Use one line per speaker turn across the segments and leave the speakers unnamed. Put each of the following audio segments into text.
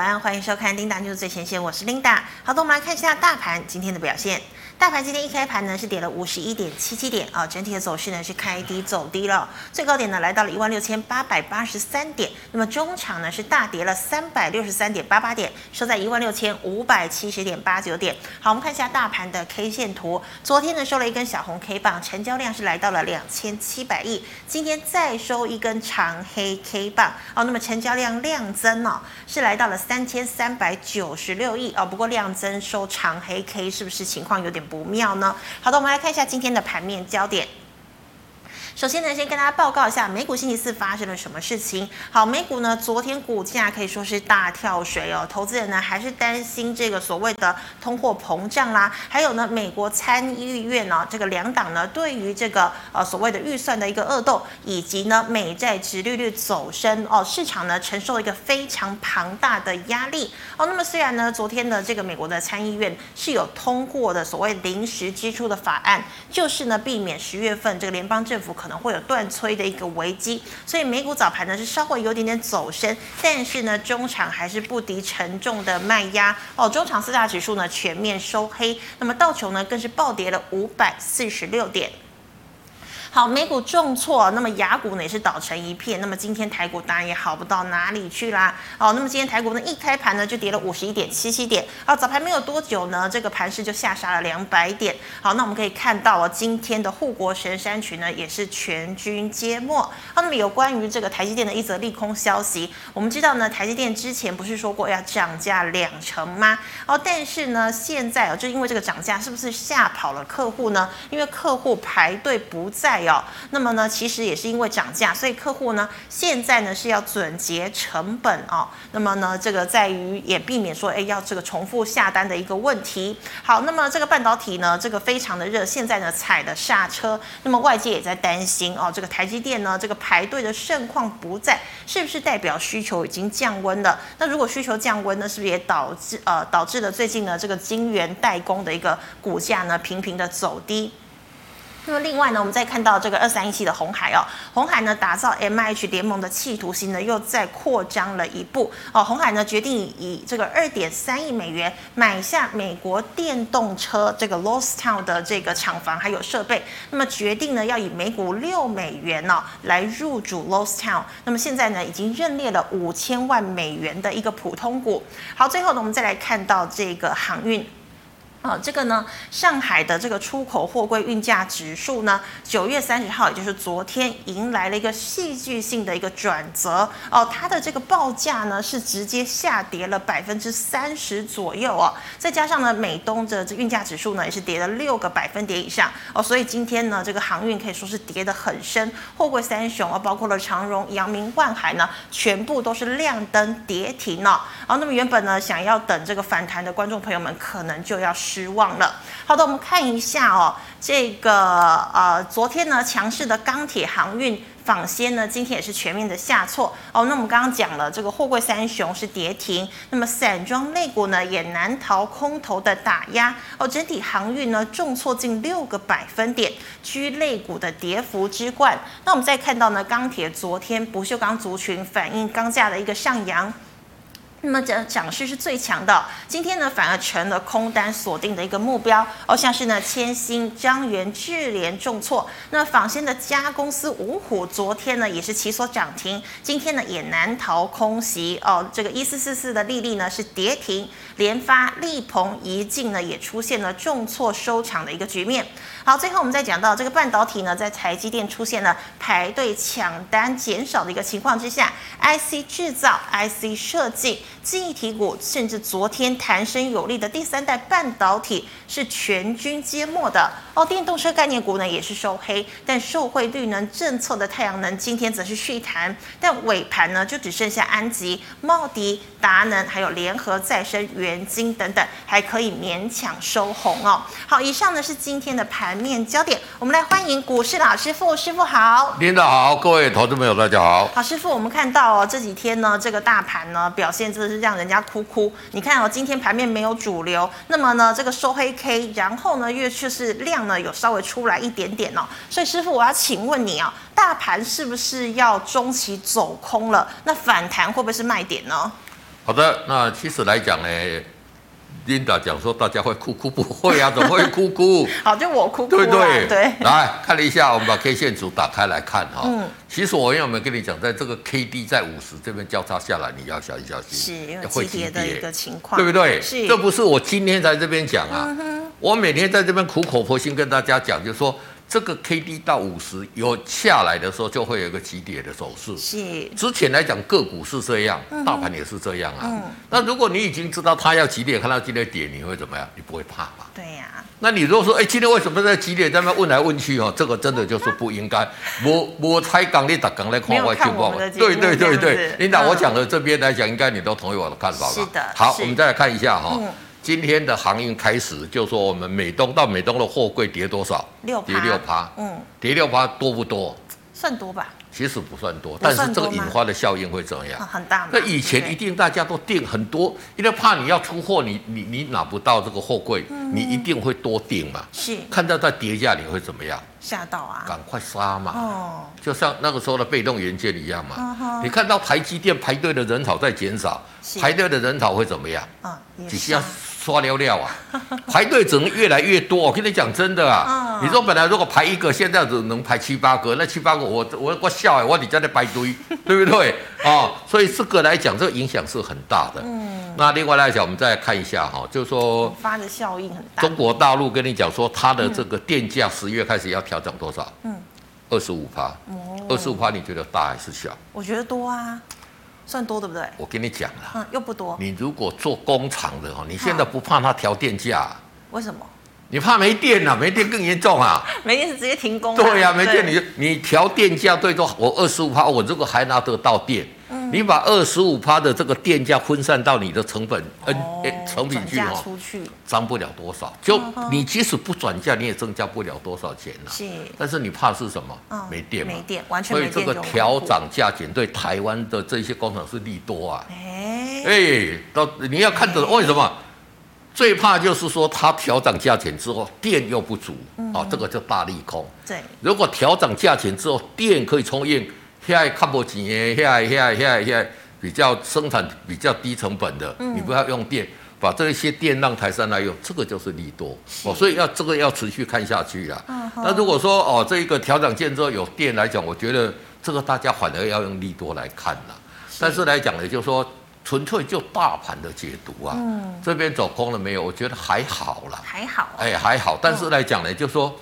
晚安，欢迎收看《琳达就是最前线》，我是琳达。好的，我们来看一下大盘今天的表现。大盘今天一开盘呢是跌了五十一点七七点啊、整体的走势呢是开低走低了，最高点呢来到了一万六千八百八十三点，那么中场呢是大跌了三百六十三点八八点，收在一万六千五百七十点八九点。好，我们看一下大盘的 K 线图，昨天呢收了一根小红 K 棒，成交量是来到了两千七百亿，今天再收一根长黑 K 棒哦，那么成交量量增哦，是来到了三千三百九十六亿哦，不过量增收长黑 K 是不是情况有点不妙呢？好的，我们来看一下今天的盘面焦点。首先呢，先跟大家报告一下美股星期四发生了什么事情。好，美股呢昨天股价可以说是大跳水哦，投资人呢还是担心这个所谓的通货膨胀啦，还有呢美国参议院呢、这个两党呢对于这个呃所谓的预算的一个恶斗，以及呢美债值利率走升哦，市场呢承受一个非常庞大的压力哦。那么虽然呢昨天的这个美国的参议院是有通过的所谓临时支出的法案，就是呢避免十月份这个联邦政府可能会有断催的一个危机，所以美股早盘呢是稍微有点点走升，但是呢中场还是不敌沉重的卖压哦，中场四大指数呢全面收黑，那么道琼呢更是暴跌了五百四十六点。好，美股重挫，那么雅股呢也是倒成一片。那么今天台股当然也好不到哪里去啦。哦，那么今天台股呢一开盘呢就跌了五十一点七七点。哦，早盘没有多久呢，这个盘势就下杀了两百点。好，那我们可以看到哦，今天的护国神山群呢也是全军皆没。好，那么有关于这个台积电的一则利空消息，我们知道呢，台积电之前不是说过要涨价两成吗？哦，但是呢，现在哦，就因为这个涨价，是不是吓跑了客户呢？因为客户排队不在哦。那么呢，其实也是因为涨价，所以客户呢，现在呢是要准结成本哦。那么呢，这个在于也避免说，哎，要这个重复下单的一个问题。好，那么这个半导体呢，这个非常的热，现在呢踩了刹车。那么外界也在担心哦，这个台积电呢，这个排队的盛况不在，是不是代表需求已经降温了？那如果需求降温呢，是不是也导致呃导致了最近呢这个晶圆代工的一个股价呢频频的走低？那么另外呢，我们再看到这个二三一七的红海哦，红海呢打造 M H 联盟的企图心呢又再扩张了一步哦，红海呢决定以这个二点三亿美元买下美国电动车这个 Lordstown 的这个厂房还有设备，那么决定呢要以每股六美元哦来入主 Lordstown，那么现在呢已经认列了五千万美元的一个普通股。好，最后呢我们再来看到这个航运。啊、这个呢，上海的这个出口货柜运价指数呢，九月三十号，也就是昨天，迎来了一个戏剧性的一个转折哦。它的这个报价呢，是直接下跌了百分之三十左右哦。再加上呢，美东的这运价指数呢，也是跌了六个百分点以上哦。所以今天呢，这个航运可以说是跌得很深，货柜三雄哦，包括了长荣、阳明、万海呢，全部都是亮灯跌停哦。哦，那么原本呢，想要等这个反弹的观众朋友们，可能就要。失望了。好的，我们看一下哦，这个呃，昨天呢强势的钢铁航运。纺纤呢，今天也是全面的下挫哦。那我们刚刚讲了，这个货柜三雄是跌停，那么散装类股呢也难逃空头的打压哦。整体航运呢重挫近六个百分点，居类股的跌幅之冠。那我们再看到呢，钢铁昨天不锈钢族群反映钢价的一个上扬。那么涨涨势是最强的，今天呢反而成了空单锁定的一个目标哦，像是呢千星、张元、智联重挫，那仿先的家公司五虎昨天呢也是起所涨停，今天呢也难逃空袭哦。这个一四四四的利率呢是跌停，联发、力鹏、怡进呢也出现了重挫收场的一个局面。好，最后我们再讲到这个半导体呢，在台积电出现了排队抢单减少的一个情况之下，IC 制造、IC 设计。记忆体股，甚至昨天弹升有力的第三代半导体是全军皆没的哦。电动车概念股呢也是收黑，但受惠绿能政策的太阳能今天则是续弹，但尾盘呢就只剩下安吉、茂迪、达能，还有联合再生、元晶等等，还可以勉强收红哦。好，以上呢是今天的盘面焦点，我们来欢迎股市老师傅，师傅好。
领导好，各位投资朋友大家好。
好，师傅，我们看到哦，这几天呢，这个大盘呢表现真的是让人家哭哭。你看哦，今天盘面没有主流，那么呢，这个收黑 K，然后呢，越就是量呢有稍微出来一点点哦。所以师傅，我要请问你啊、大盘是不是要中期走空了？那反弹会不会是卖点呢？
好的，那其实来讲呢，Linda 讲说大家会哭哭不会啊，怎么会哭 哭？
好，就我哭哭
对
啦
不对？
对
来看了一下，我们把 K 线图打开来看哈、
嗯
其实我有没有跟你讲，在这个 K D 在五十这边交叉下来，你要小心小
是
心，
因为
要
急
会
跌
急
的一
跌
个，情况，
对不对？
是，嗯
这不是我今天在这边讲啊，我每天在这边苦口婆心跟大家讲，就是说这个 K D 到五十有下来的时候，就会有一个急跌的走势。
是
之前来讲，个股是这样，
嗯
大盘也是这样啊。那如果你已经知道它要急跌，看到今天跌，你会怎么样？你不会怕吧？
对呀、
那你如果说，哎、今天为什么在几点在那问来问去哦？这个真的就是不 应该。我我猜港你打港来
没
看
有
外
看
情
我
报
们的，节目
对对对
这样子
对，领导，
嗯
我讲的这边来讲，应该你都同意我的看法吧？
是的
好，
是
我们再来看一下哈、
嗯
今天的航运开始，就说我们美东到美东的货柜跌多少？
六
跌六趴，
嗯，
跌六趴多不多？
算多吧，
其实不算多，
不算
但是这个
多
引
吗
发的效应会怎样
啊、？很大嘛。
那以前
对
一定大家都订很多，因为怕你要出货，你你你拿不到这个货柜，
嗯
你一定会多订嘛。
是
看到在跌价，你会怎么样？
吓到啊，
赶快杀嘛！
哦，
就像那个时候的被动元件一样
嗯
嘛。
哼
你看到台积电排队的人潮在减少
是，
排队的人潮会怎么样？
啊，也
只
是
需要刷料料啊， 排队只能越来越多。我跟你讲真的啊，
嗯
你说本来如果排一个，现在只能排七八个，那七八个我我我笑哎，我你在那排队， 对不对？哦，所以这个来讲，这个影响是很大的。
嗯，
那另外来讲，我们再看一下哈，就是说
发的效应很大，
中国大陆跟你讲说，它的这个电价十月开始要调整多少？
嗯，
二十五趴，
哦
二十五趴，你觉得大还是小？
我觉得多啊，算多对不对？
我跟你讲啦，
嗯，又不多，
你如果做工厂的哈，你
啊
现在不怕它调电价啊、
为什么？
你怕没电了、没电更严 重啊！
没电是直接停工、啊
对呀、没电你就你调电价最多我二十五趴，我如果还拿得到电，
嗯
你把二十五趴的这个电价分散到你的成本 N、
哦
呃成品去
转嫁
哦，
出去
涨不了多少。就
嗯哼
你即使不转价，你也增加不了多少钱呐、
是，
但是你怕是什么？
嗯，
没电嘛
没。电，完全
所
没
以这
电
个
就很
调
恐怖，
涨价钱对台湾的这些工厂是利多啊。
哎、
哎，到你要看着为什么？最怕就是说它调涨价钱之后，电又不足啊，这个叫大利空。
对，
如果调涨价钱之后，电可以充应，现在看不起耶，现在现在现在现在比较生产比较低成本的，你不要用电，把这些电让台商来用，这个就是利多哦，所以要这个要持续看下去啦。
嗯哼
那如果说哦，这一个调整建之后有电来讲，我觉得这个大家反而要用利多来看啦。但是来讲呢，就是说纯粹就大盘的解读啊，
嗯
这边走空了没有？我觉得还好啦。
还好、啊，
哎，还好，但是来讲呢，就说，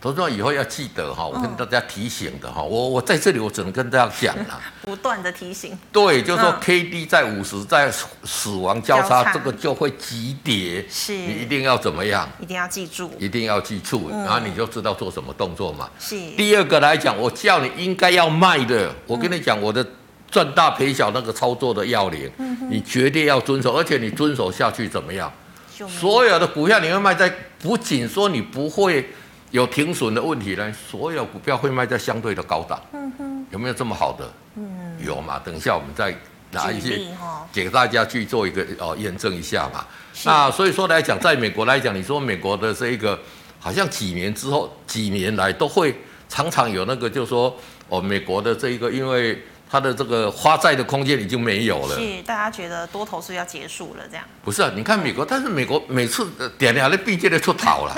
投资人以后要记得
嗯
哈，我跟大家提醒的哈，我我在这里我只能跟大家讲啦，
不断的提醒，
对，就是说
嗯
K D 在五十在死死亡交
交叉
叉，这个就会急跌，
是
你一定要怎么样？
一定要记住，
一定要记住，
嗯
然后你就知道做什么动作嘛。
是，
第二个来讲，我叫你应该要卖的，我跟你讲，我的赚大赔小那个操作的要领，
嗯
你绝对要遵守，而且你遵守下去怎么样？
就没有
所有的股票你会卖在，不仅说你不会有停损的问题呢，所有股票会卖在相对的高档。
嗯哼，
有没有这么好的？
嗯，
有嘛？等一下我们再拿一
举
些
例哈，
给大家去做一个哦验证一下嘛。
是
那所以说来讲，在美国来讲，你说美国的这一个好像几年之后，几年来都会常常有那个，就是说哦，美国的这一个，因为它的这个花债的空间已经没有了，
是大家觉得多头是不是要结束了这样，
不是、啊？你看美国，但是美国每次呃点两的币界的出逃了。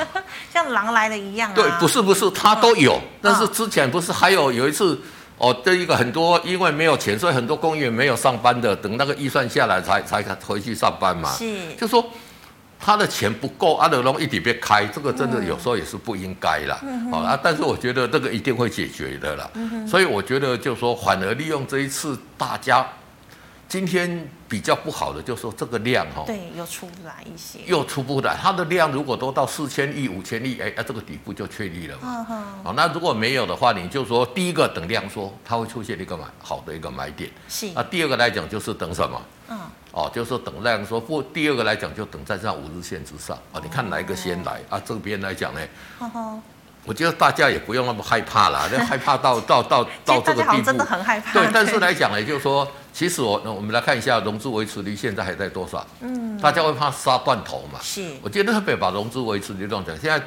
像狼来了一样啊，啊
对，不是不是，他都有，但是之前不是还有有一次，哦，这一个很多因为没有钱，所以很多公务员没有上班的，等那个预算下来才才回去上班嘛。
是
就说他的钱不够，啊阿德龙一直别开，这个真的有时候也是不应该
嗯
啦。好、啊，但是我觉得这个一定会解决的啦。所以我觉得就说，反而利用这一次大家今天比较不好的，就说这个量哈、
对，又出不来一些，
又出不来，它的量如果都到四千亿、五千亿，哎、啊，这个底部就确立了嘛。
嗯哼，
好，那如果没有的话，你就说第一个等量缩，它会出现一个买好的一个买点。
是
那，第二个来讲就是等什么？
嗯，
哦，就是说等量缩。不，第二个来讲就等站上五日线之上啊、你看哪一个先来啊？这边来讲呢，
呵呵，
我觉得大家也不用那么害怕啦，那害怕到 到到
其
到
实
这
大
个
家好
地
像真
步
的。很害怕，
对，但是来讲呢，就是说，其实我那我们来看一下融资维持率现在还在多少？
嗯，
大家会怕杀断头嘛？
是
我觉得特别把融资维持率弄讲，现在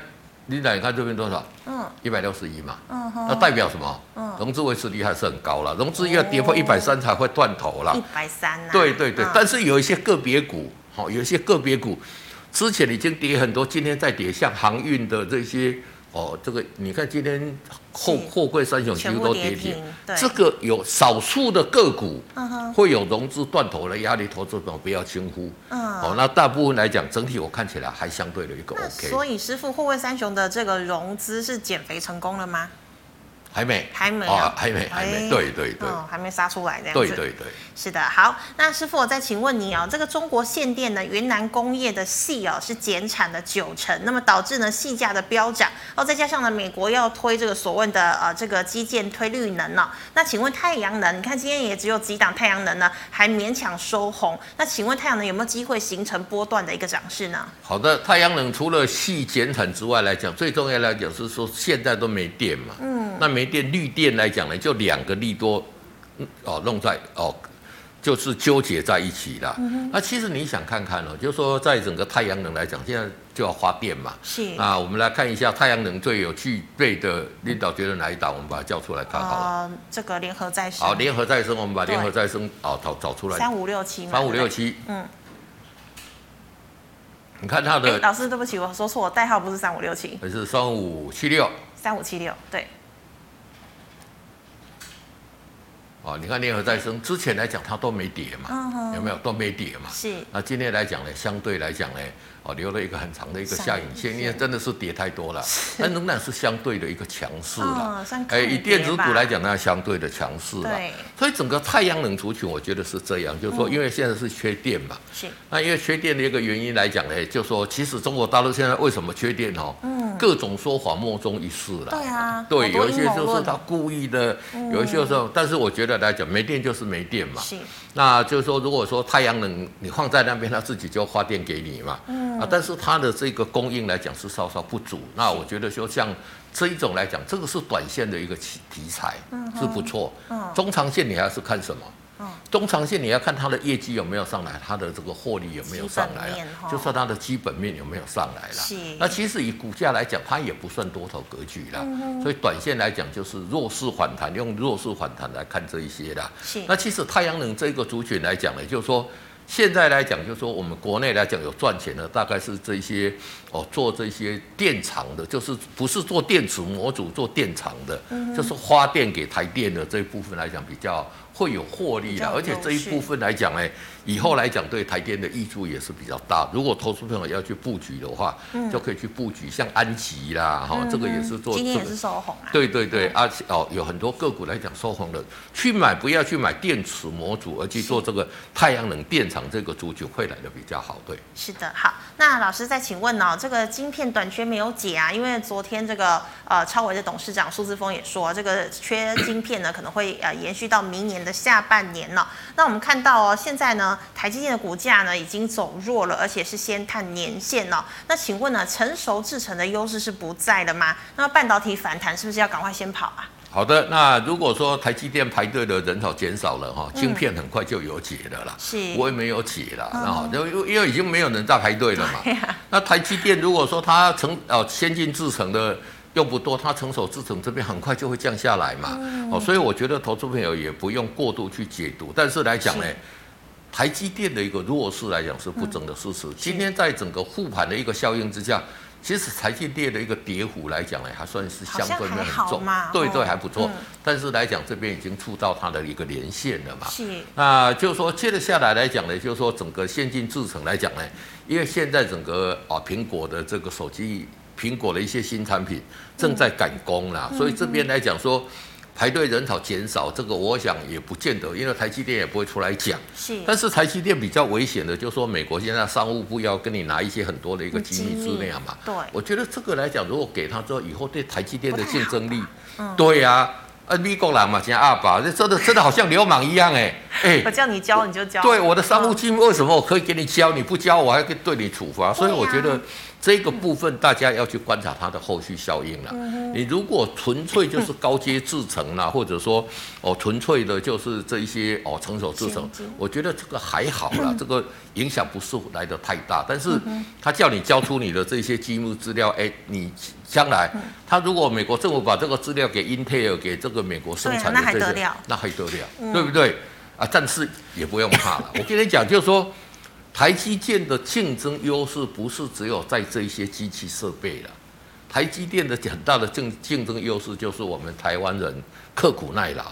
你来看这边多少？
嗯
一百六十一嘛，
嗯哼，
那代表什么？
嗯
融资维持率还是很高了，融资要跌破一百三才会断头啦
哦一。百三呐。
对对对
嗯，
但是有一些个别股，好，有一些个别股之前已经跌很多，今天再跌，像航运的这些哦，这个你看今天货
是
货柜三雄几
全
乎
部
都
跌
跌
停
停，，
对，
这个有少数的个股
嗯哼，
会有融资断头的压力，投资者不要轻忽。
嗯。
哦，那大部分来讲，整体我看起来还相对的一个
那
OK，
所以师傅，货柜三雄的这个融资是减肥成功了吗？
还没，
还没啊
哦，还没，还
哎
没，对对对，
嗯，还没杀出来这样
对
子。
对对。
是的，好，那师傅，我再请问你哦，这个中国限电呢，云南工业的细哦是减产了九成，那么导致呢细价的飙涨哦，再加上呢美国要推这个所谓的呃这个基建推绿能哦，那请问太阳能，你看今天也只有几档太阳能呢，还勉强收红，那请问太阳能有没有机会形成波段的一个涨势呢？
好的，太阳能除了细减产之外来讲，最重要来讲是说现在都没电嘛。嗯。那没电，绿电来讲呢，就两个利多，嗯哦，弄在哦，就是纠结在一起啦。嗯、那其实你想看看哦，就是说在整个太阳能来讲，现在就要发电嘛。
是
啊，我们来看一下太阳能最有具备的领导觉得哪一档，我们把它叫出来看好了。
呃这个联合再生，
好，联合再生，我们把
对
联合再生哦找找出来，
三五六七嘛，
三五六
对
七。
嗯。
你看它
不对。哎
的
老师，对不起，我说错，代号不是三五六七，
还是三五七六。
三五七六，对，
哦，你看联合再生之前来讲它都没跌嘛，
嗯哼
有没有都没跌嘛？
是
那今天来讲呢，相对来讲呢，哦，留了一个很长的一个下
上
影
影线
线，因为真的是跌太多了，但仍然是相对的一个强势
嗯
了
算。抗
哎，以电子
跌吧
股来讲，那相对的强势了
对。嗯
所以整个太阳能族群，我觉得是这样，就是说，因为现在是缺电嘛，
是
那因为缺电的一个原因来讲呢，就说其实中国大陆现在为什么缺电哦，各种说法莫衷一是啦。
嗯对啊好
对，
多
有一
阴
些
谋
就是
论嗯
他故意的，有一些时候，但是我觉得来讲，没电就是没电嘛。
是。
那就是说，如果说太阳能你放在那边，它自己就发电给你嘛。嗯。啊，但是它的这个供应来讲是稍稍不足。那我觉得就像这一种来讲，这个是短线的一个题题材，是不错。
嗯
中长线你还是看什么？
嗯
中长线你要看它的业绩有没有上来，它的这个获利有没有上来
基本
啊
面哈，
就是它的基本面有没有上来
是
啦。那其实以股价来讲，它也不算多头格局啦，
嗯
所以短线来讲就是弱势反弹，用弱势反弹来看这一些啦。
是
那其实太阳能这个族群来讲呢，就是说现在来讲，就是说我们国内来讲有赚钱的，大概是这些哦做这些电厂的，就是不是做电池模组做电厂的，
嗯
就是发电给台电的这一部分来讲比较会有获利
比
的
较，有
而且这一部分来讲呢，哎以后来讲对台电的益处也是比较大。如果投资朋友要去布局的话，就可以去布局像安吉啦，哈、哦这个也是
嗯
做
今天
这
也
个
是收红啊。
对对对，而且哦，有很多个股来讲收红了，去买不要去买电池模组，而去做这个太阳能电厂这个族群会来的比较好。对，
是的，好，那老师再请问哦，这个晶片短缺没有解啊？因为昨天这个呃超维的董事长苏志峰也说，这个缺晶片呢可能会呃延续到明年的下半年呢、那我们看到哦，现在呢台积电的股价呢已经走弱了，而且是先探年线哦。那请问呢，成熟制成的优势是不在了吗？那么半导体反弹是不是要赶快先跑啊？
好的，那如果说台积电排队的人潮减少了哈，晶片很快就有解了啦。
嗯是嗯
我也没有解啦，啊、因为因为已经没有人在排队了嘛。 那台积电如果说它成哦先进制程的又不多，它成熟制程这边很快就会降下来嘛。
嗯
哦，所以我觉得投资朋友也不用过度去解读，但是来讲呢
是。
台积电的一个弱势来讲是不争的事实。
嗯
今天在整个护盘的一个效应之下，其实台积电的一个跌幅来讲呢，还算是相对没
好像还
有很
好
重
嘛，
对对，
哦
还不错。
嗯
但是来讲，这边已经触到它的一个连线了嘛。
是
那就是说，接着下来来讲呢，就是说整个先进制程来讲呢，因为现在整个啊苹果的这个手机，苹果的一些新产品正在赶工啦，所以这边来讲说排队人潮减少，这个我想也不见得，因为台积电也不会出来讲。
是，
但是台积电比较危险的，就是说美国现在商务部要跟你拿一些很多的一个机密资料嘛。
嗯对
我觉得这个来讲，如果给他之后，以后对台积电的竞争力，
不太好吧嗯
对呀、呃，美国人嘛，讲阿爸，这真的真的好像流氓一样哎 哎
我，叫你教你就教。
对我的嗯商务机密为什么我可以给你教，你不教我还可以对你处罚？所以我觉得这个部分大家要去观察它的后续效应了。你如果纯粹就是高阶制程啦，或者说哦纯粹的就是这一些哦成熟制程
先进，
我觉得这个还好 啦，这个影响不是来的太大。但是他叫你交出你的这些机密资料，哎，你将来他如果美国政府把这个资料给英特尔给这个美国生产的这
对啊那还得
些
了，嗯
那还得了，对不对？啊，但是也不用怕 了。我跟你讲，就是说，台积电的竞争优势不是只有在这一些机器设备了。台积电的很大的竞竞争优势就是我们台湾人刻苦耐 劳。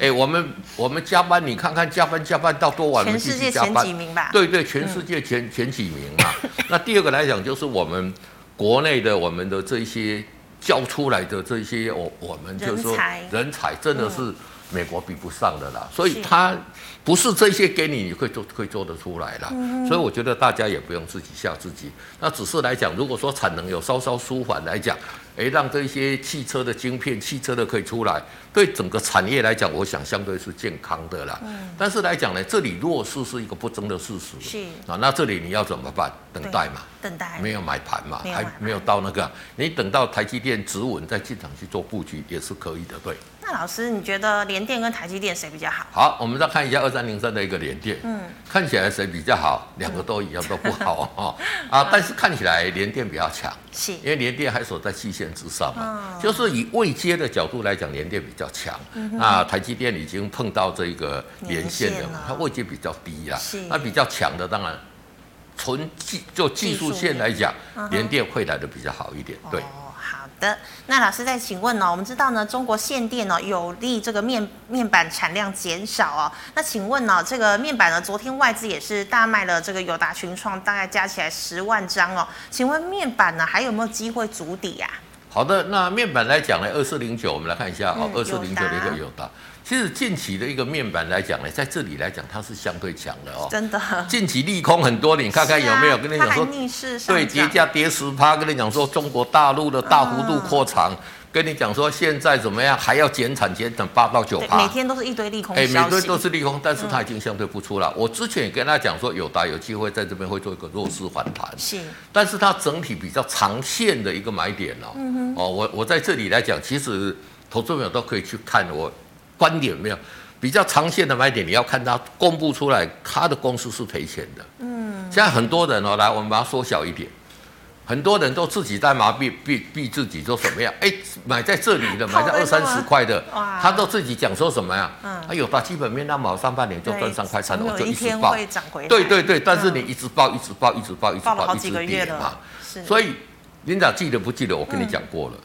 哎、我们我们加班，你看看加班加班到多晚，我
全
们继
世
续
界
加
前
班
几。名啊嗯吧。
对对，全世界前、前几名 嘛。那第二个来讲，就是我们国内的我们的这一些教出来的这一些，我我们就是说
人才
人才真的是美国比不上的啦。所
嗯是
以他不是这些给你，你会做会做得出来啦。
嗯
所以我觉得大家也不用自己吓自己。那只是来讲，如果说产能有稍稍舒缓来讲，诶，让这些汽车的晶片、汽车的可以出来，对整个产业来讲，我想相对是健康的啦。但是来讲呢，这里弱势是一个不争的事实。
嗯是
啊，那这里你要怎么办？等待嘛。
等待。
没有买盘嘛，
没有
还
买盘
没有到那个，你等到台积电止稳再进场去做布局也是可以的，对。
那老师，你觉得联电跟台积电谁比较好？
好，我们再看一下二三零三的一个连电，嗯，看起来谁比较好？两个都一样，都不好哦。 啊，但是看起来连电比较强，
是
因为连电还守在季线之上嘛，
哦
就是以未接的角度来讲，连电比较强。那台积电已经碰到这个连线
年
了
线
嘛
了，
它位阶比较低啦
是，
那比较强的当然。纯技就技术线来讲
嗯，哼
连电会来的比较好一点，对。
哦，好的。那老师再请问哦，我们知道呢，中国限电哦，有利这个面面板产量减少哦。那请问哦，这个面板呢，昨天外资也是大卖了这个友达群创，大概加起来十万张哦。请问面板呢，还有没有机会筑底啊呀、
好的，那面板来讲呢，二四零九，我们来看一下哦，
嗯
二四零九的一个友达。其实近期的一个面板来讲呢，在这里来讲，它是相对强的哦。
真的？
近期利空很多，你看看有没有？
是啊
跟你讲
它还
说，
逆势上
对，
涨
跌价跌十趴，跟你讲说中国大陆的大幅度扩产，跟你讲说现在怎么样，还要减产，减产八到九
对，
趴。
每天都是一堆利空消息。
哎
嗯
每队都是利空，但是它已经相对不出了。我之前也跟他讲说，友达有机会在这边会做一个弱势反弹，
是
但是它整体比较长线的一个买点哦。
嗯
哦，我我在这里来讲，其实投资朋友都可以去看我观点没有。比较长线的买点，你要看它公布出来，它的公司是赔钱的。嗯，现在很多人哦，来，我们把它缩小一点，很多人都自己在麻痹避避自己，说什么呀？哎、买在这 里的，买在
套在
二
这
三
吗
十块的
哇，
他都自己讲说什么呀？
嗯
哎呦，把基本面那么好，上半年就赚
对
三块三，
总
我
有
就
一
一直
天
报。
会涨回来。
对对对，但是
嗯
你一直报，一直报，一直报，一直
报了
报，
好
一
几
直
个月
跌嘛
了。，是
所以林长记得不记得？我跟你讲过了，
嗯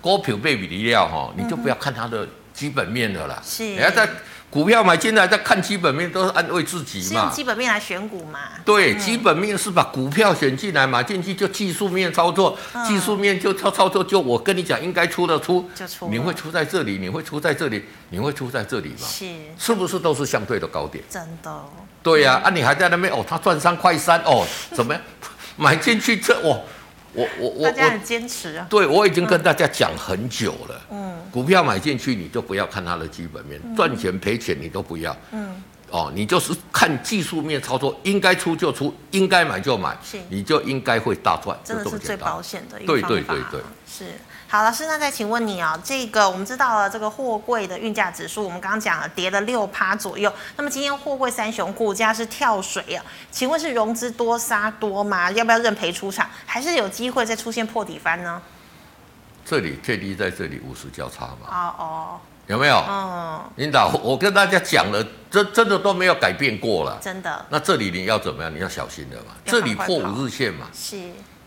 股票被比的料哈，你就不要看它的基本面了啦。
是
你要在股票买进来再看基本面，都是安慰自己
是用
嘛。
基本面来选股嘛？
对，基本面是把股票选进来嘛，进去就技术面操作，
嗯
技术面就操操作，就我跟你讲，应该出的出，
就出了
你会出在这里，你会出在这里，你会出在这里嘛？
是
是不是都是相对的高点？
真的哦。
对呀、啊，你还在那边哦，他赚三块三哦，怎么样？ 买进去这我我我我
大家
我，
很坚持啊。
对我已经跟大家讲很久了，
嗯，
股票买进去你就不要看它的基本面，赚钱赔钱你都不要，
嗯，
哦，你就是看技术面操作，应该出就出，应该买就买
是，
你就应该会大赚，
真的
就
是
这么
最
简单
保。险的一个
对
方法。
对对对
是。好，老师，那再请问你哦，这个我们知道了，这个货柜的运价指数，我们刚刚讲了跌了六趴左右。那么今天货柜三雄股价是跳水啊，请问是融资多杀多吗？要不要认赔出场？还是有机会再出现破底翻呢？
这里最低在这里五十交叉嘛，
哦
有没有？
哦，
领导，我跟大家讲了，真真的都没有改变过了
嗯，。真的
那这里你要怎么样？你要小心了嘛。
要
这
赶
里
快
破
跑
五日线嘛，
是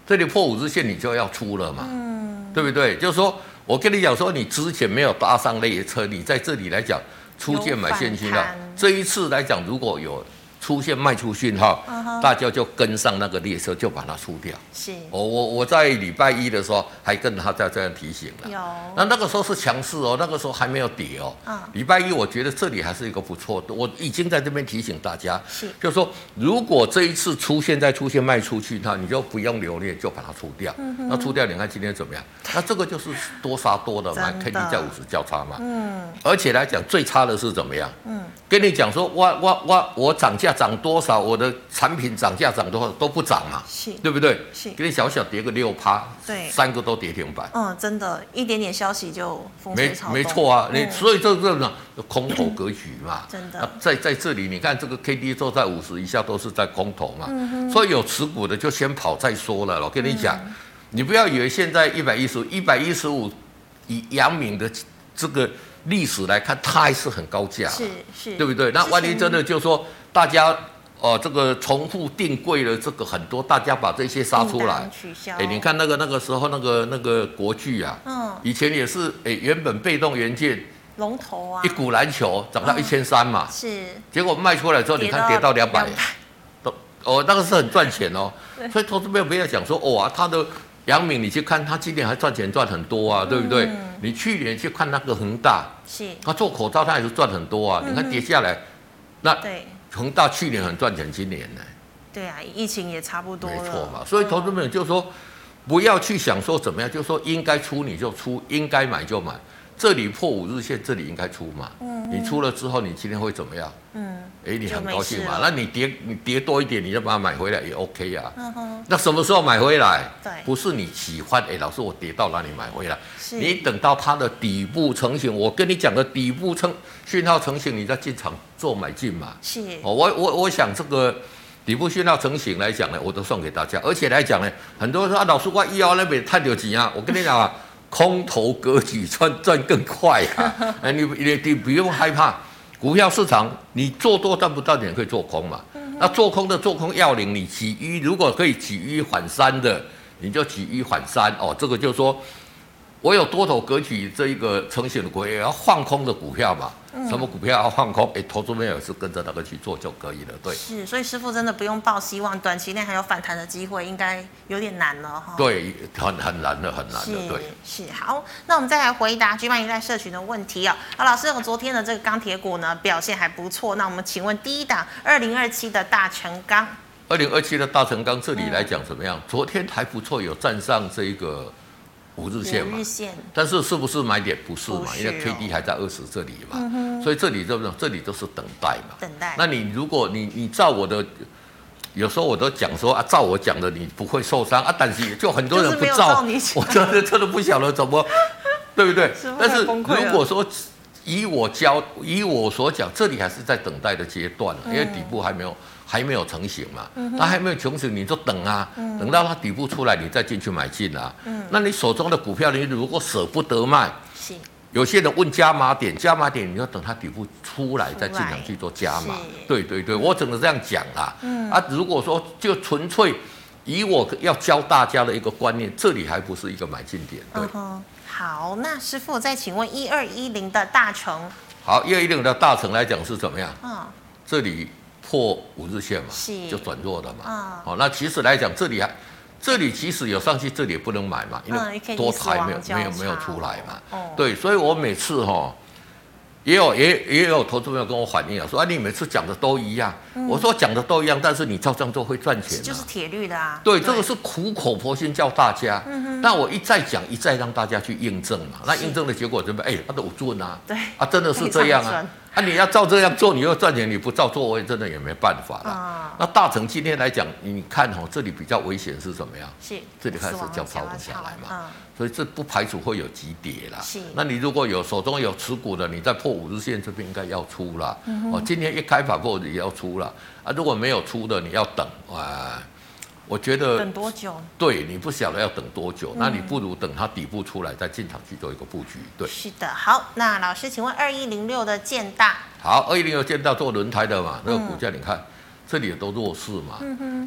这里破五日线你就要出了嘛，
嗯
对不对？就是说我跟你讲说，你之前没有搭上列车，你在这里来讲出
有
现买现
反
金了啊
弹。
这一次来讲，如果有出现卖出讯号
嗯哼
大家就跟上那个列车，就把它出掉。
是
我我我在礼拜一的时候还跟他在这样提醒了。
有
那那个时候是强势哦，那个时候还没有跌哦。
嗯
礼拜一我觉得这里还是一个不错的，我已经在这边提醒大家，
是
就是说如果这一次出现再出现卖出去，那你就不用留恋，就把它出掉。
嗯
那出掉，你看今天怎么样？那这个就是多杀多的嘛
真的
，K D 在五十交叉嘛。
嗯
而且来讲，最差的是怎么样？
嗯，
跟你讲说，我我我我涨价涨多少，我的产品涨价涨多少都不涨嘛，
是
对不对？
是
给你小小跌个六趴，
对
三个都跌停板。
嗯，真的，一点点消息就风
没
吹草动，
没错啊，你
嗯
所以这这呢空头格局嘛，
真的
啊在在这里你看这个 K D 都在五十以下都是在空头嘛，
嗯
所以有持股的就先跑再说了。我跟你讲，
嗯
你不要以为现在一百一十一百一十五，以杨敏的这个历史来看，它还是很高价，
是是，
对不对？那
之
万一
前
真的就说大家哦、呃这个重复定贵了，这个很多大家把这些杀
订
出
单
来，
取消，
哎，你，看那个那个时候那个那个国剧啊，
嗯，
以前也是，诶、原本被动元件
龙头啊嗯
一，股篮球涨到一千三嘛，
是
结果卖出来之后，你看跌到两百，都哦，那个是很赚钱哦
对。
所以投资朋友不要讲说，哇、他的杨敏，你去看他今年还赚钱赚很
嗯
多啊，对不对？你去年去看那个恒大，
是，
他做口罩他也是赚很多啊，你看跌下来，那
嗯对
恒大去年很赚钱，今年呢、
对啊，疫情也差不多
没
了，
错嘛。所以投资朋友就说，不要去想说怎么样，就说应该出你就出，应该买就买。这里破五日线，这里应该出嘛。你出了之后，你今天会怎么样？
嗯
哎，你很高兴
就没
嘛
事了？
那你跌你跌多一点，你就把它买回来也 OK 啊。
嗯哼，
那什么时候买回来？
对
不是你喜欢，哎，老师，我跌到哪里买回来？
是
你等到它的底部成型，我跟你讲的底部成讯号成型，你再进场做买进嘛。
是
哦，我我我想这个底部讯号成型来讲呢，我都送给大家，而且来讲呢，很多人说啊，老师我一号那边探究钱啊，我跟你讲啊，空头格局赚赚更快啊，哎，你你你不用害怕，股票市场你做多赚不到，你也可以做空嘛。那做空的做空要领，你举一如果可以举一反三的，你就举一反三哦，这个就是说。我有多头格局这一个成型的股票，也要放空的股票嘛。什么股票要放空？哎，投资朋友是跟着那个去做就可以了。对，
是，所以师傅真的不用抱希望，短期内还有反弹的机会，应该有点难了哈。。
对，很很难的，很难
是
的。对，
是好，那我们再来回答举办一代社群的问题哦。好，老师，我昨天的这个钢铁股呢表现还不错，那我们请问第一档二零二七的大成钢
二零二七的大成钢这里来讲怎么样？昨天还不错，有站上这一个五日线
五
嘛
日。线
但是是不是买点不是嘛？
不是
因为
哦嗯
K D 还在二十这里嘛，所以这里这种这里都是等待嘛。
等待
那你如果你你照我的，有时候我都讲说啊，照我讲的你不会受伤啊，但是也就很多人
就是
不
没有照
照
你，讲
我真的真的不晓得怎么，对不对
师傅？
但
快
是
崩溃了
如果说以我教以我所讲，这里还是在等待的阶段了，因为底部还没有。还没有成型嘛，它还没有成型，你就等啊，等到它底部出来，你再进去买进啊。那你手中的股票，你如果舍不得卖，
是
有些人问加码点，加码点你要等它底部出来再进场去做加码
是。
对对对，我只能这样讲啦。啊，如果说就纯粹以我要教大家的一个观念，这里还不是一个买进点。对，
嗯哼，好，那师傅再请问一二一零的大成，
好，一二一零的大成来讲是怎么样？
嗯，
这里破五日线嘛
是，
就转弱了
嗯
嘛。好、那其实来讲，这里还啊这里即使有上去，这里也不能买嘛，因
嗯
为
，KD
多台没有
死亡交叉
没有没有出来嘛。
哦
对，所以我每次哈、也有也也有投资朋友跟我反映啊，说啊你每次讲的都一样，我说讲的都一样，但是你照这样做会赚钱、啊，
嗯就是铁律的啊，
对，这个是苦口婆心教大家。
嗯
那我一再讲，一再让大家去印证嘛。那印证的结果怎么样？哎，他都准啊。
对
啊，真的是这样
非常
啊
准。
啊，你要照这样做，你又赚钱；你不照做，我也真的也没办法了。
啊
那大成今天来讲，你看哦，这里比较危险是什么呀？
是
这里开始
死亡
交叉不
交
下来嘛，
嗯
所以这不排除会有急跌啦
是。
那你如果有手中有持股的，你在破五日线这边应该要出啦。
嗯
哦，今天一开盘破也要出啦。啊，如果没有出的，你要等啊。我觉得
等多久？
对你不晓得要等多久，那你不如等它底部出来再进场去做一个布局。对，
是的，好，那老师，请问二一零六的建大
好，二一零有见到做轮胎的嘛？那个股价你看，这里也都弱势嘛。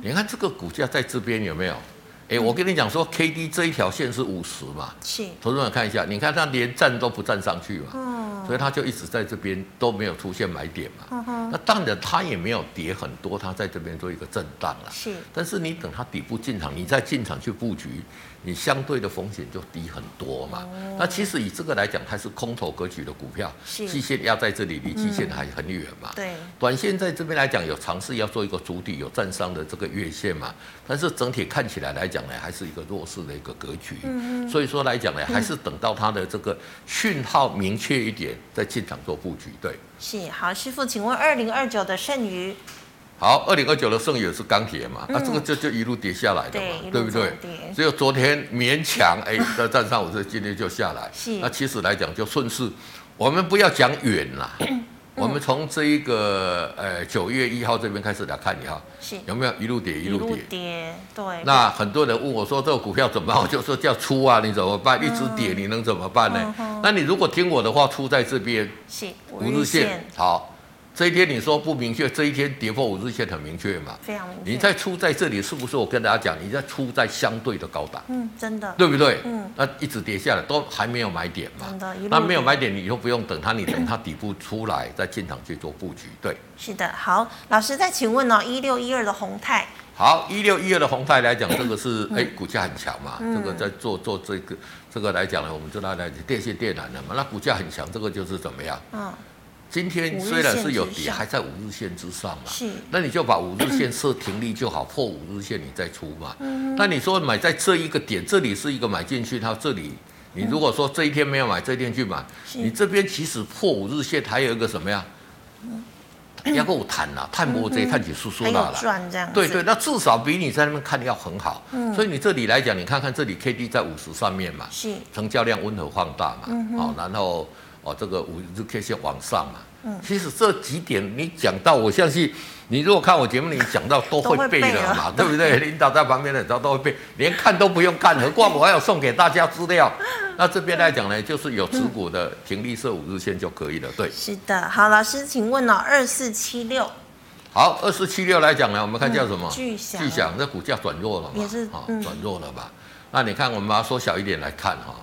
你看这个股价在这边有没有？哎、哎，我跟你讲说，K D 这一条线是五十嘛，
是，
投资者看一下，你看它连站都不站上去嘛，
嗯
所以它就一直在这边都没有出现买点嘛。
嗯哼，
那当然它也没有跌很多，它在这边做一个震荡了。
是，
但是你等它底部进场，你再进场去布局，你相对的风险就低很多嘛。那其实以这个来讲，它是空头格局的股票，
哦是嗯
季线压在这里，离季线还很远嘛。
对，
短线在这边来讲，有尝试要做一个主底，有站上的这个月线嘛，但是整体看起来来讲呢，还是一个弱势的一个格局。
嗯
所以说来讲呢，还是等到它的这个讯号明确一点，再进场做布局。对，
是。好，师傅，请问二零二九的剩余，
好，二零二九的剩也是钢铁嘛，那、这个就就一路跌下来的嘛，
嗯对一
对
路
不
走
对
跌？
只有昨天勉强哎再站上，我这今天就下来。
是
那其实来讲就顺势，我们不要讲远啦，我们从这一个呃九月一号这边开始来看一下。
是
有没有一路跌一路跌？
跌，对，
那很多人问我说这个股票怎么办？我就说叫出啊，你怎么办？一直跌你能怎么办呢？那你如果听我的话，出在这边
是
五日线，好，这一天你说不明确，这一天跌破五日线很明确嘛？
非常明
你
确，
在出在这里是不是？我跟大家讲，你在出在相对的高档，
嗯，真的，
对不对？
嗯，
那一直跌下来都还没有买点嘛
真的一路？
那没有买点你就不用等它，你等它底部出来再进场去做布局，对。
是的。好，老师再请问哦，一六一二的宏泰，
好，一六一二的宏 泰来讲，这个是哎、股价很强嘛，
嗯
这个在做做这个这个来讲呢，我们就拿来电线电缆的嘛，那股价很强，这个就是怎么样？
嗯，
今天
五日
虽然
线
是有
之
跌，
上
还在五日线之上嘛，
是
那你就把五日线设停利就好，破五日线你再出嘛。
嗯
那你说买在这一个点，这里是一个买进去，它这里。你如果说这一天没有买，这一天去买，
嗯是
你这边其实破五日线还有一个什么呀？要跟我谈啦，探波这探起叔叔
嗯还
啦
有
啦，
赚这样子，
对对，那至少比你在那边看要很好。所以你这里来讲，你看看这里 K D 在五十上面嘛，
是
成交量温和放大嘛，哦，然后哦这个五日 K 线往上嘛。其实这几点你讲到，我相信你如果看我节目，你讲到都会背
都
了
会
嘛，对不对？领导在旁边的，都都会背，连看都不用看，何况我还要送给大家资料。那这边来讲呢，就是有持股的停利设五日线就可以了，对。
是的。好，老师，请问哦，二四七六
好，二四七六来讲呢，我们看叫什么
嗯？巨响
巨响，这股价转弱了嘛？
也是
啊，
嗯
转弱了吧？那你看，我们把它缩小一点来看哈、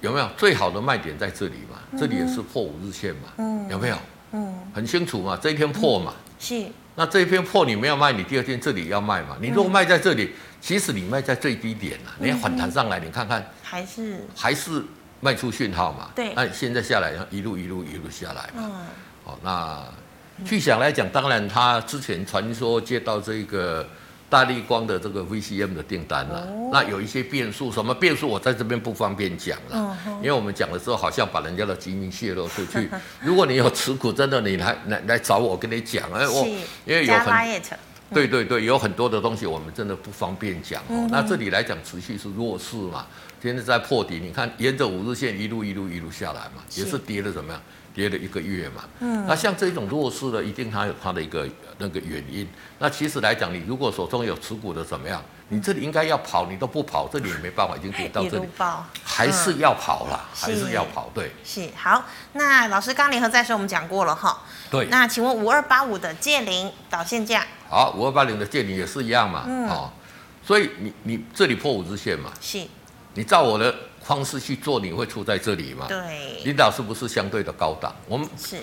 有没有最好的卖点在这里嘛？这里也是破五日线嘛？
嗯
有没有？
嗯，
很清楚嘛？这一天破嘛？
是
那这一天破你没有卖，你第二天这里要卖
嗯
嘛？你如果卖在这里，其实你卖在最低点了、你反弹上来，你看看
还是
还是卖出讯号嘛？
对
那你现在下来一路一路一路下来嘛？
嗯，
哦，那巨响来讲，当然他之前传说接到这个大力光的这个 VCM 的订单了、
哦
那有一些变数，什么变数我在这边不方便讲了、
嗯
因为我们讲了之后，好像把人家的机密泄露出去。如果你有持股，真的你来来来找我，跟你讲，哎，我
嗯是
因为有
加
很
liet，
对对对，有很多的东西我们真的不方便讲哦。那这里来讲，持续是弱势嘛，今天在破底，你看沿着五日线一路一路一路下来嘛，
是
也是跌了怎么样？跌了一个月嘛。嗯。那像这种弱势的，一定它有它的一个呃那个原因。那其实来讲，你如果手中有持股的怎么样？你这里应该要跑，你都不跑，这里也没办法，已经跌到
一
这
路
里，
爆。
还是要跑啦，
是
还是要跑。对
是好，那老师刚联合再生我们讲过了哈。
对。
那请问五二八五的借零导线价
好，五二八零的建议也是一样嘛。
嗯
哦。所以你你这里破五日线嘛。
是
你照我的方式去做，你会出在这里嘛？
对，
领导是不是相对的高档？我们
是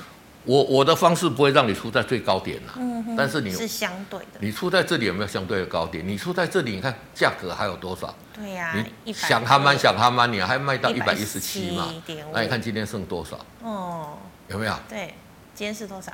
我我的方式不会让你出在最高点呐、但嗯是你
是相对的，
你出在这里有没有相对的高点？你出在这里，你看价格还有多少？
对呀、
你
一百
想哈曼想哈曼，你还卖到一百一十七嘛
117.5？
那你看今天剩多少？
哦，
有没有？
对，今天是多少？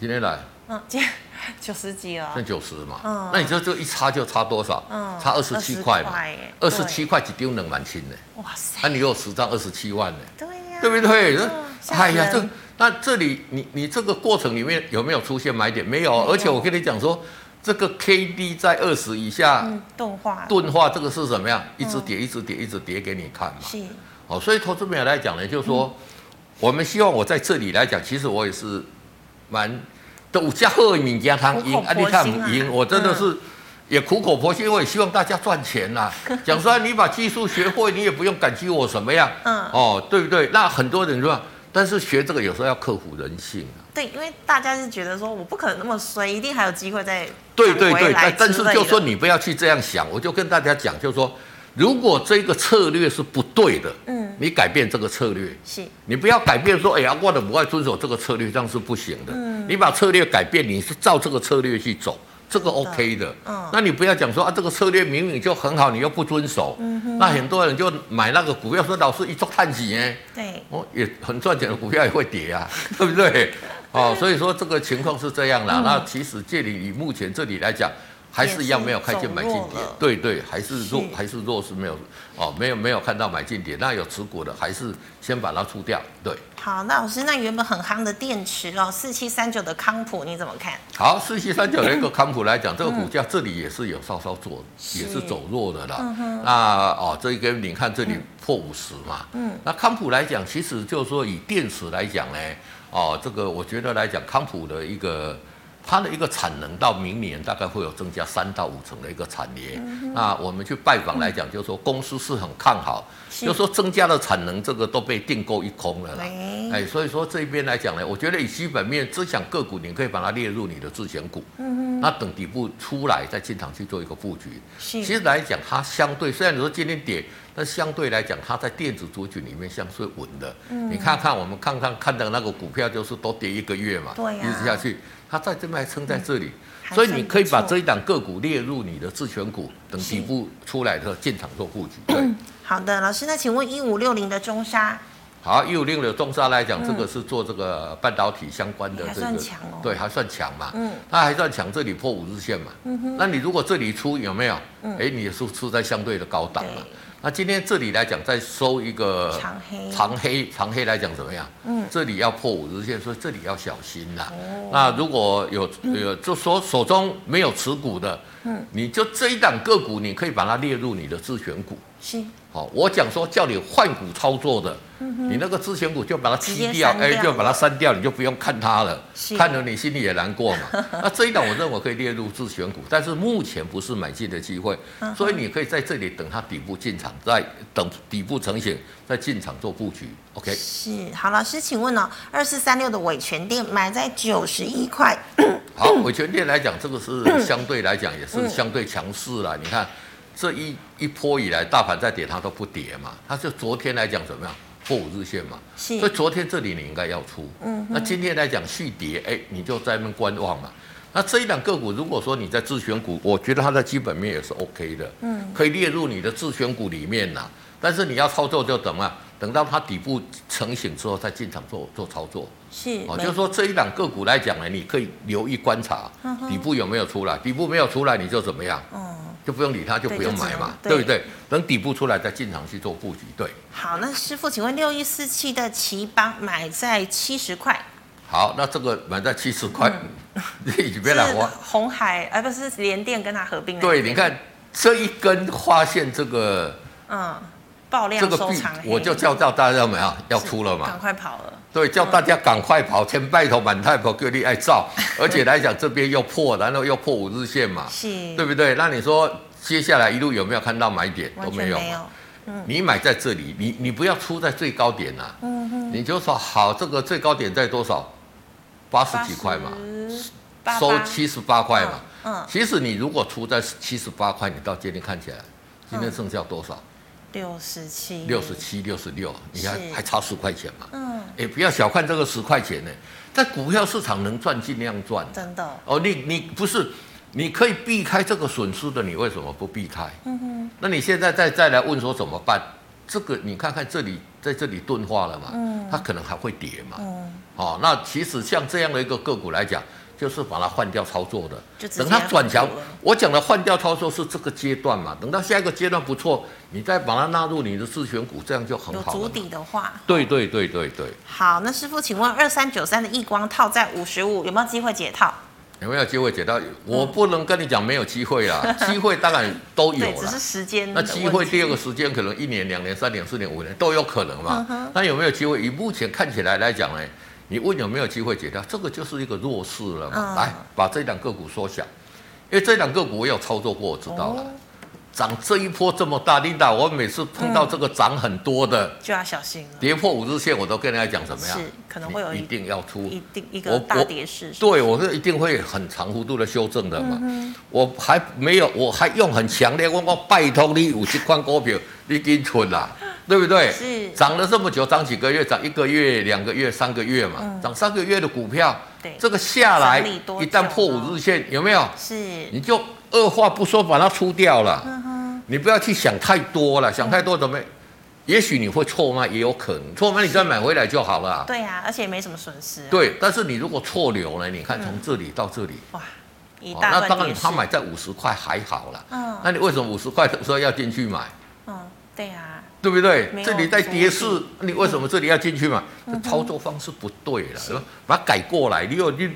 今天来
嗯，今天 九十几了
剩，九十嘛？
嗯
那你就这一差就差多少？
嗯
差二十七块嘛
20耶。
二十七块一丢能蛮轻的，
哇塞，
那、你有十张二十七万呢、
对呀、
对不对？那
嗯吓
哎呀，
人
这那这里你你这个过程里面有没有出现买点？没有，而且我跟你讲说，这个 K D 在二十以下
嗯，动画
钝化，这个是怎么样？一直跌，一直跌，一直跌给你看嘛。
是
哦，所以投资朋友来讲呢，就是说，我们希望我在这里来讲，其实我也是蛮都有加贺敏加汤赢
苦口
啊，
婆
你看
心啊
赢，我真的是。也苦口婆心，我也希望大家赚 钱啦、讲实话，你把技术学会，你也不用感激我什么呀。
嗯
哦，对不对？那很多人说，但是学这个有时候要克服人性啊。
对，因为大家是觉得说我不可能那么衰，一定还有机会再
对对对，
但
但但是就说你不要去这样想，我就跟大家讲，就是说，如果这个策略是不对的，
嗯，
你改变这个策略，
是
你不要改变说，哎呀，我的不爱遵守这个策略，这样是不行的。你把策略改变，你是照这个策略去走，这个 OK 的。
嗯
那你不要讲说啊，这个策略明明就很好，你又不遵守。那很多人就买那个股票说，老师一做探底哎，
对，
哦，也很赚钱的股票也会跌啊， 对不对？哦，所以说这个情况是这样啦。
嗯
那其实这里以目前这里来讲，还是一样没有看见买进
也是走
点
弱了，
对对，还是弱
是
还是弱势没有哦，没有没有看到买进点。那有持股的还是先把它出掉，对。
好，那老师，那原本很夯的电池哦，四七三九的康普你怎么看？
好，四七三九的一个康普来讲，这个股价这里也是有稍稍做，也嗯是嗯走弱的啦。那哦，这个你看这里破五十嘛，嗯，那康普来讲，其实就是说以电池来讲呢，哦，这个我觉得来讲，康普的一个它的一个产能到明年大概会有增加三到五成的一个产业。那我们去拜访来讲，就是说公司是很看好，
是
嗯就是说增加了产能，这个都被订购一空了啦。
喂
哎，所以说这边来讲呢，我觉得以基本面只想个股，你可以把它列入你的自选股。嗯那等底部出来再进场去做一个布局。
是
其实来讲，它相对虽然你说今天跌，但相对来讲，它在电子族群里面相对稳的。嗯。你看看我们看看看的那个股票，就是都跌一个月嘛，
对呀
一直下去，它在这边还撑在这里。
还
所以你可以把
算不错
这一档个股列入你的自选股，等底部出来的时候进场做布局。对。
好的，老师，那请问一五六零的中沙
好，一五六的中沙来讲，这个是做这个半导体相关
嗯
的
也还
这
算
个
强哦，
对，还算强嘛，
嗯，
它还算强，这里破五日线嘛，那你如果这里出有没有？哎，你也是出在相对的高档嘛
嗯对，
那今天这里来讲再收一个
长黑
长黑长黑来讲怎么样？
嗯，哦
这里要破五日线，所以这里要小心啦。那如果有
嗯
有就说手中没有持股的，嗯，你就这一档个股，你可以把它列入你的自选股。
是
好，我讲说叫你换股操作的，你那个自选股就把它踢
嗯直接
掉，
删
哎、
掉
就把它删掉，你就不用看它了
是，
看了你心里也难 过嘛。那这一档我认为可以列入自选股，但是目前不是买进的机会，
嗯
所以你可以在这里等它底部进场，再等底部成型再进场做布局。OK，
是。好，老师，请问哦，二四三六的伟全店买在九十一块，
好，
嗯
伟全店来讲，这个是相对来讲也是相对强势啦。你看这一一波以来，大盘在跌，它都不跌嘛，它就昨天来讲怎么样？破五日线嘛，
是
所以昨天这里你应该要出，嗯，那今天来讲续跌，哎，你就在那边观望嘛。那这一档个股，如果说你在自选股，我觉得它的基本面也是 OK 的，嗯，可以列入你的自选股里面呐。但是你要操作就等啊，等到它底部成型之后再进场做做操作。
是
哦，
没
就是说这一档个股来讲呢，你可以留意观察底部有没有出来，底部没有出来你就怎么样，
嗯，
就不用理它，就不用买嘛，
对就只
对
能
不对？等底部出来再进场去做布局，对。
好，那师傅，请问六一四七的奇邦买在七十块，
好，那这个买在七十块， 你别
嗯是
来花。
红海，呃而、不是联电跟它合并的。
对，你，看这一根发现这个
嗯，爆量
这个
收
币
藏，黑，
我就叫叫大家怎么样，要出了嘛。
赶快跑了。
对，叫大家赶快跑，千拜托满太婆各地 爱照，而且来讲这边又破，然后又破五日线嘛，
是，
对不对？那你说接下来一路有没有看到买点？都
完全
没有嘛。
没有。
你买在这里，你你不要出在最高点啊，
嗯
你就说好，这个最高点在多少？八十几块嘛，
八
收
八
七十八块嘛。
嗯，
其实你如果出在七十八块，你到今天看起来，今天剩下多少？
六十七，
六十，七、六十六，你看
嗯是
还差十块钱嘛。
嗯，
哎，不要小看这个十块钱呢，在股票市场能赚尽量赚。
真的
哦，你你不是，你可以避开这个损失的，你为什么不避开？嗯哼。那你现在再再来问说怎么办？这个你看看这里在这里钝化了嘛，嗯，它可能还会跌嘛，嗯，哦，那其实像这样的一个个股来讲，就是把它换掉操作的
就，直接
等它转强
换股了，
我讲的换掉操作是这个阶段嘛，等到下一个阶段不错，你再把它纳入你的自选股，这样就很
有
好了
足
嘛。
底的话。
对对对对对，
好，那师傅，请问二三九三的易光套在五十五，有没有机会解套？
有没有机会解到？
嗯
我不能跟你讲没有机会啦， 机会当然都有
对，
啦。
只是时间的
那
问题。
机会第二个时间可能一年、两年、三年、四年、五年都有可能
嗯
嘛？那有没有机会？以目前看起来来讲呢，你问有没有机会解掉，这个就是一个弱势了
嗯
嘛。来，把这两个股缩小，因为这两个股我有操作过，我知道了。
哦
涨这一波这么大，琳达，我每次碰
嗯
到这个涨很多的，
就要小心了。
跌破五日线，我都跟人家讲怎么样？
是可能会有
你
一
一定要出，
一定一
我
个大跌势，
对，我是一定会很长幅度的修正的嘛。我还没有，我还用很强烈问过，拜托你有去看股票，你给蠢啦，对不对？
是
涨了这么久，涨几个月，涨一个月、两个月、三个月嘛，涨三个月的股票
嗯对，
这个下来
整理多
一旦
久
破
呢
五日线，有没有？
是
你就二话不说把它出掉了。
嗯
你不要去想太多了，想太多怎么？也许你会错卖，也有可能错卖，你再买回来就好了啊、
对呀、而且也没什么损失、啊。，
对，但是你如果错流呢？你看从这里到这里，
哇，一
哦
大
那
段
当然
跌势
他买在五十块还好啦。
嗯
那你为什么五十块的时候要进去买？
嗯，对呀、
对不对
没？有嗯
这里在跌势
阻，
你为什么这里要进去嘛？这操作方式不对了，是吧把它改过来。你有你，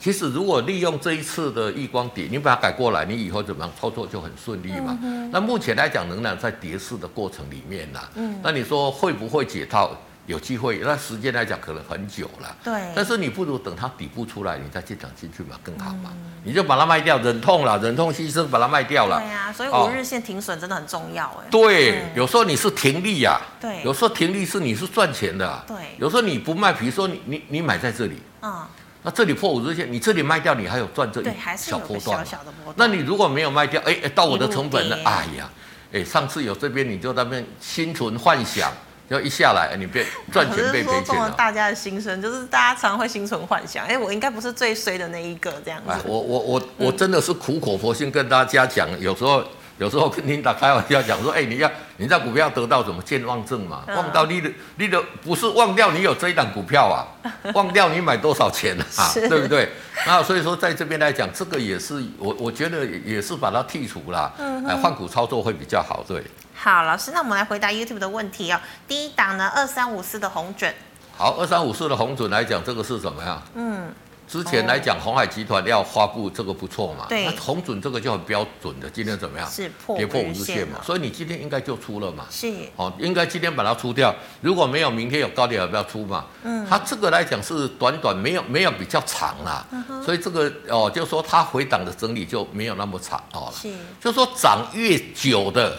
其实如果利用这一次的易光底，你把它改过来，你以后怎么样操作就很顺利嘛。
嗯
那目前来讲，仍然在跌势的过程里面啦。
嗯
那你说会不会解套？有机会，那时间来讲可能很久了。
对
但是你不如等它底部出来，你再进场进去嘛，更好嘛。你就把它卖掉，忍痛了，忍痛牺牲把它卖掉了。
嗯对啊呀、所以
哦
五日线停损真的很重要哎。
对
嗯，
有时候你是停利呀、
对
有时候停利是你是赚钱的啊、
对
有时候你不卖，比如说你你你买在这里，
嗯，
那这里破五日线，你这里卖掉，你还有赚这一
对，还是
小
有
波
个
段
小
嘛。
小的波动。
那你如果没有卖掉，哎哎，到我的成本了
一，路跌
哎呀，哎，上次有这边你就在那边心存幻想，就一下来，哎你变 赚
可
钱
是
变
说
赔
中
钱啊
了
了。
大家的心声，就是大家常会心存幻想，哎、我应该不是最衰的那一个这样
哎，
子。
我我我
嗯
我真的是苦口婆心跟大家讲，有时候 有时候跟琳达开玩笑讲说，哎、你要你在股票得到什么健忘症嘛？
嗯
忘到你的你的不是忘掉你有这一档股票 啊，忘掉你买多少钱啊，
是
对不对？那所以说在这边来讲，这个也是我我觉得也是把它剔除啦，
嗯
哎，换股操作会比较好，对。
好，老师，那我们来回答 YouTube 的问题哦。第一档呢，二三五四的红准，
好，二三五四的红准来讲，这个是怎么样？
嗯，哦
之前来讲，红海集团要发布这个不错嘛，
对
那红准这个就很标准的，今天怎么样？
是破
跌破
五
五
日
日
线
线啊嘛
了，
所以你今天应该就出了嘛。
是
哦，应该今天把它出掉，如果没有明天有高点，要不要出嘛？嗯，它这个来讲是短短没有没有比较长啦，所以这个哦，就说它回档的整理就没有那么长哦了。
是，
就说涨越久的，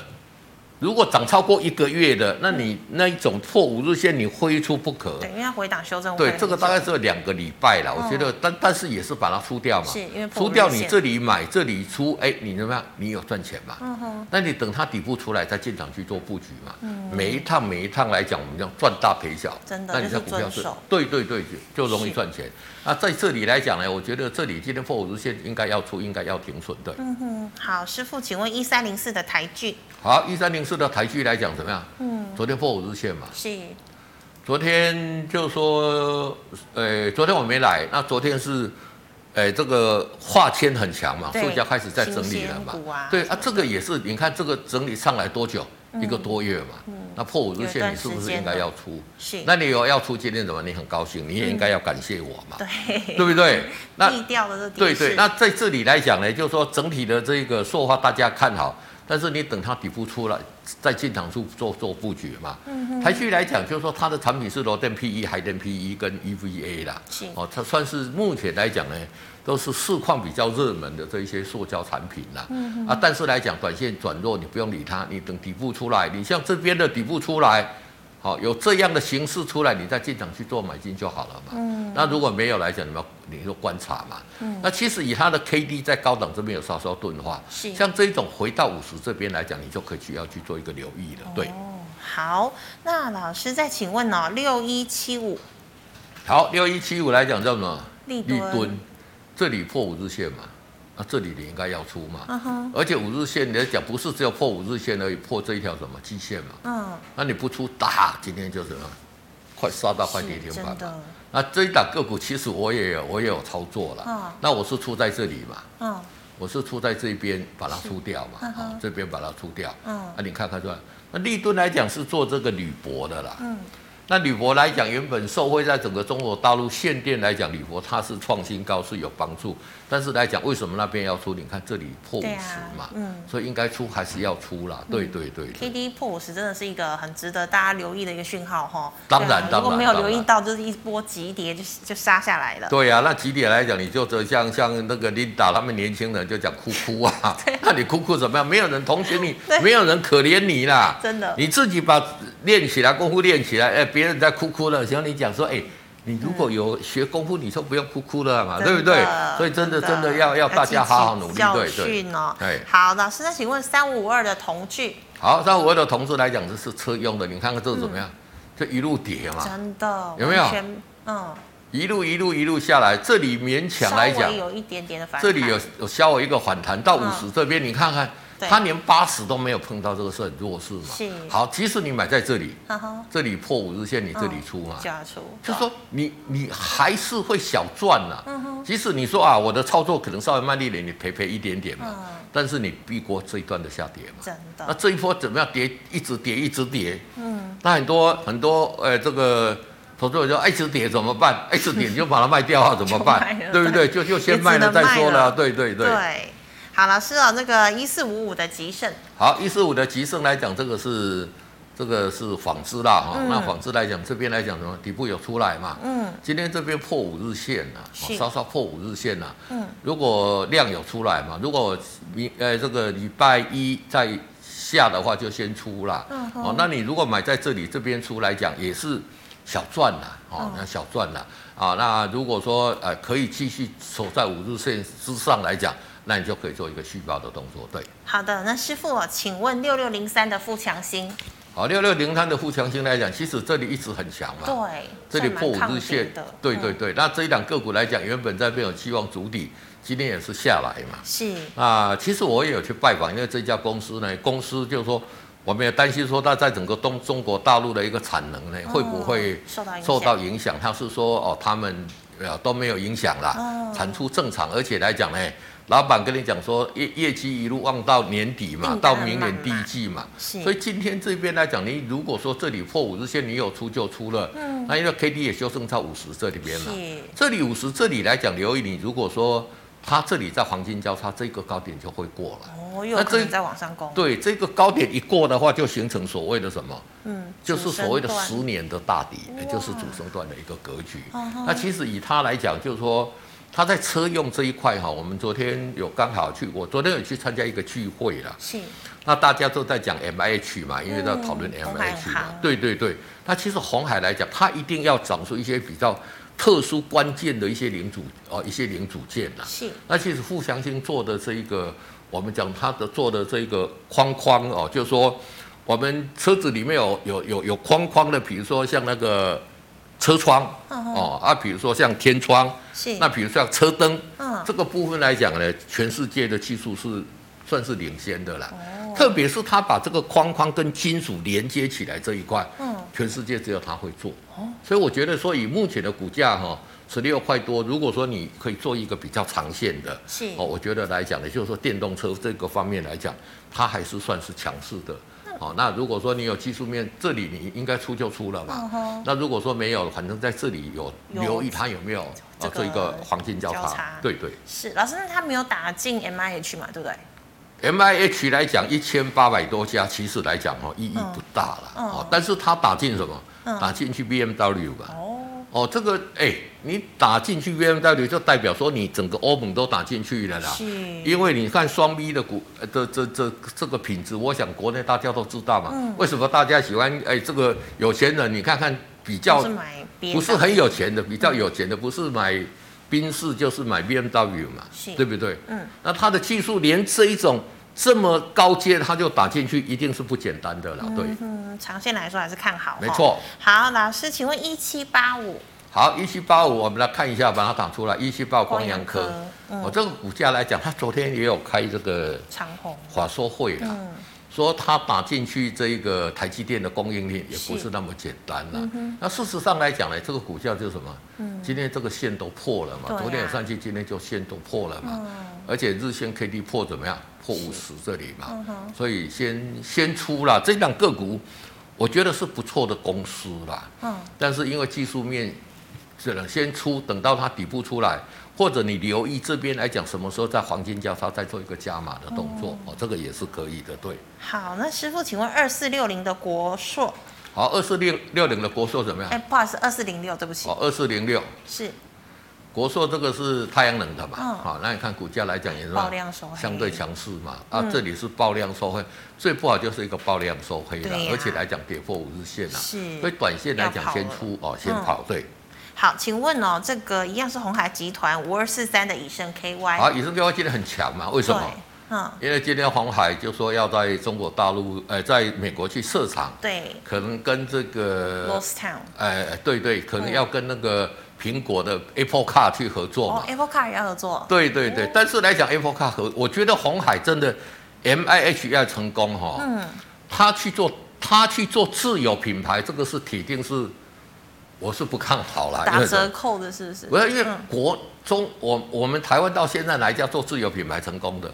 如果涨超过一个月的，那你那一种破五日线你非出不可。
对，因为它回档修正会
对，
很
这个
久
大概是有两个礼拜了，我觉得，但但是也是把它出掉嘛，
哦是因为破
出掉
日
你
线
这里买，这里出，哎，你怎么样？你有赚钱嘛？
嗯哼，嗯
那你等它底部出来再进场去做布局嘛。每一趟每一趟来讲，我们这样赚大赔小，
真的
那你在
就是
股票
遵守
对对对，就就容易
是
赚钱。那在这里来讲呢，我觉得这里今天破五日线应该要出，应该要停损对。
嗯哼，好，师傅，请问一三零四的台剧
好，一三零四的台剧来讲怎么样？
嗯，
昨天破五日线嘛，
是
昨天就说，呃，昨天我没来，那昨天是，呃，这个化纤很强嘛，
对
塑胶开始在整理了
新
嘛
鲜股啊，
对
什么
啊，这个也是，你看这个整理上来多久？一个多月嘛，那破五日
有一段
线你是
嗯
不
时
是
间
应该
了
要出？
是，
那你有要出今天怎么？你很高兴，你也应该要感谢我嘛，
对
对不对？ 那
避掉了这跌
对
势
对，那在这里来讲呢，就是说整体的这个塑化大家看好，但是你等它底部出来，再进场去做做布局嘛。嗯台积来讲，就是说它的产品是罗电 PE、海电 PE 跟 EVA 啦
是。
哦，它算是目前来讲呢，都是市况比较热门的这一些塑胶产品啦。嗯啊，但是来讲，短线转弱你不用理它，你等底部出来，你像这边的底部出来。好，有这样的形式出来，你再进场去做买进就好了嘛。嗯，那如果没有来讲，你要你就观察嘛。嗯，那其实以它的 K D 在高档这边有稍稍钝化，
是
像这一种回到五十这边来讲，你就可以去要去做一个留意了。对，
哦，好，那老师再请问哦，六一七五
好，六一七五来讲叫什么？
立
立
敦
敦，这里破五日线嘛，那、这里你应该要出嘛。
嗯哼，
而且五日线你来讲不是只有破五日线而已，破这一条什么季线嘛，
嗯，
那你不出大，今天就怎么样，快杀到快跌停
是
板嘛
真。的，
那这一档个股其实我也有我也有操作了，
嗯
那我是出在这里嘛，
嗯，
我是出在这边把它出掉嘛，
嗯
啊、
哼
这边把它出掉，
嗯
啊你看看出来，那利敦来讲是做这个铝箔的啦，
嗯，
那铝箔来讲，原本受惠在整个中国大陆限电来讲，铝箔它是创新高是有帮助，但是来讲为什么那边要出？你看这里破五
对
十
啊
嘛，
嗯
所以应该出还是要出啦。对对对对
，K D 破五十真的是一个很值得大家留意的一个讯号哈。
当然
对啊
当然
如果没有
当
留
然
意到，就是一波急跌就就杀下来了。
对呀、那几点来讲，你就这像像那个 Linda 他们年轻人就讲哭哭 啊，那你哭哭怎么样？没有人同情你
对，
没有人可怜你啦，
真的
你自己把练起来，功夫练起来，哎，别人在哭哭的时候，你讲说，哎。你如果有学功夫，你就不用哭哭了嘛，
嗯真
啊对
的
不对？所以真的真的要要大家好好努
汲取
力，
教
对对。
训哦。
哎
好，老师，那请问三五五二的同具
好，像我的同事来讲，这是车用的，你看看这怎么样？
嗯
就一路跌嘛，
真的
哎有没有
完全嗯，
一路一路一路下来，这里勉强
稍
来讲
微，有一点点的反弹。
这里有有稍微一个反弹到五十、
嗯
这边，你看看
对，
它连八十都没有碰到，这个是很弱势嘛。
是
好，即使你买在这里，
哈哈，
这里破五日线，你这里出嘛，
嗯就要出，
啊就说你你还是会小赚呐、
嗯哼
即使你说啊，我的操作可能稍微慢一点，你赔赔一点点嘛，
嗯
但是你避过这一段的下跌嘛。
真
那
的，
这一波怎么样跌？一直跌，一直跌。
嗯，
那很多很多呃，这个投资者就哎一直跌怎么办？哎一直跌你就把它卖掉啊，怎么办
就卖了？
对不对？就就先卖了再
也只
说
能卖了
了。对对对。
对。好，老师哦，那个一四五五的极盛，
好，一四五的极盛来讲，这个是这个是纺织啦哈、
嗯
那纺织来讲，这边来讲什么？底部有出来嘛？
嗯
今天这边破五日线了、啊，
是
稍稍破五日线了、
嗯，
如果量有出来嘛，如果明呃这个礼拜一再下的话，就先出啦。
嗯哼
哦，那你如果买在这里这边出来讲，也是小赚啦，哦
嗯，
那小赚啦。啊，那如果说呃可以继续守在五日线之上来讲，那你就可以做一个续报的动作，对。
好的，那师傅哦，请问六六零三的富强新，
好，六六零三的富强星来讲，其实这里一直很强嘛。
对，
这里
算蛮
破五
抗
日
跌
线
的，，
对对
嗯，
对。那这一档个股来讲，原本在没有期望主底，今天也是下来嘛。
是，
啊，其实我也有去拜访，因为这家公司呢，公司就是说，我们也担心说它在整个东中国大陆的一个产能呢，会不会
哦受到影响
受到影响？他是说哦，他们呃都没有影响啦，
哦
产出正常，而且来讲呢，老板跟你讲说业业绩一路望到年底嘛
订单，
到明
满
年
嘛
第一季嘛，
是
所以今天这边来讲，你如果说这里破五日线，你有出就出了，
嗯
那因为 K D 也修正到五十啊这里边了，
是
这里五十，这里来讲，留意你如果说它这里在黄金交叉这个高点就会过了。
哦，又有
那
可能
这
在往上攻，
对，这个高点一过的话，就形成所谓的什么？
嗯，
就是所谓的
主升段
十年的大底，也就是
哇
主升段的一个格局
嗯哼。
那其实以它来讲，就是说它在车用这一块哈，我们昨天有刚好去，我昨天有去参加一个聚会啦。
是，
那大家都在讲 M I H 嘛，因为在讨论
嗯
M
红海
I H
很
嘛
夯，
对对对。那其实红海来讲，它一定要长出一些比较特殊关键的一些零组哦，一些零组件呐、
是
那其实富祥星做的这一个，我们讲它的做的这一个框框哦，就是说我们车子里面有有有有框框的，比如说像那个车窗
嗯哼
哦啊，比如说像天窗，
是，
那比如像车灯，
嗯
这个部分来讲呢，全世界的技术是算是领先的啦。
哦，
特别是它把这个框框跟金属连接起来这一块，
嗯，
全世界只有它会做
哦。
所以我觉得说，以目前的股价哈，十六块多，如果说你可以做一个比较长线的，
是
哦，我觉得来讲呢，就是说电动车这个方面来讲，它还是算是强势的。哦，那如果说你有技术面，这里你应该出就出了嘛。
嗯哼
那如果说没有，反正在这里有
有
留意它有没有啊
这个
一个黄金交
交叉
叉，对对。
是，老师，那他没有打进 M I H 嘛，对不对？
M I H 来讲，一千八百多家，其实来讲哦，意义不大了
嗯
哦
嗯。
但是它打进什么
嗯？
打进去 B M W 吧。
哦，
哦，这个哎、你打进去 B M W 就代表说你整个欧盟都打进去了啦。
是，
因为你看双 B 的股，呃，这这这这个品质，我想国内大家都知道嘛。
嗯
为什么大家喜欢？哎，这个有钱人，你看看比较
是买别
不
的
是很有钱的，比较
嗯
有钱的，不是买宾士就是买 B M W 嘛
是，
对不对？
嗯，
那它的技术连这一种这么高阶，它就打进去，一定是不简单的啦。对，
嗯，长线来说还是看好，
没。错。
好，老师，请问一七八五
好，一七八五，我们来看一下，把它打出来。一七八五光阳科，哦
光阳科嗯
我、这个股价来讲，它昨天也有开这个
长虹，
华硕会啦，
嗯
说它打进去这一个台积电的供应链也
是
不
嗯
是那么简单啦。那事实上来讲呢，这个股价就是什么？今天这个线都破了嘛，
对啊嗯
昨天也上去，今天就线都破了嘛。而且日线 K D
嗯
破怎么样？破五十这里嘛，所以先先出啦。这档个股，我觉得是不错的公司啦。
嗯，
但是因为技术面只能先出，等到它底部出来，或者你留意这边来讲，什么时候在黄金交叉再做一个加码的动作，哦，这个也是可以的，对。
好，那师傅，请问二四六零的国硕，
好，二四六六零的国硕怎么
哎，
样？
不好意思，二四零六，对不起，
啊哦，二四零六
是
国硕这个是太阳能的嘛，
嗯
好、那你看股价来讲也是
爆量收黑嗯
相对强势嘛，啊，这里是爆量收黑，最不好就是一个爆量收黑了，
对呀
而且来讲跌破五日线了、
是
所以短线来讲
要跑
先
了
出哦，先
嗯
跑，对。
好，请问哦，这个一样是红海集团五二四三的以盛 KY，
啊好，以上 KY 今天很强嘛，为什么？
哎对，嗯，
因为今天红海就说要在中国大陆，呃，在美国去设厂，
对
可能跟这个，
，Lost Town，
呃，对对，可能
嗯
要跟那个苹果的 Apple Car 去合作嘛。
哦，Apple Car 也要合作，
对对
嗯
对，但是来讲 Apple Car 合，我觉得红海真的 M I H 要成功哈、哦，
嗯，
他去做他去做自有品牌，这个是铁定是，我是不看好啦，因
打
为
折扣的是不是？
不是因为
嗯
国中我我们台湾到现在哪一家做自有品牌成功的？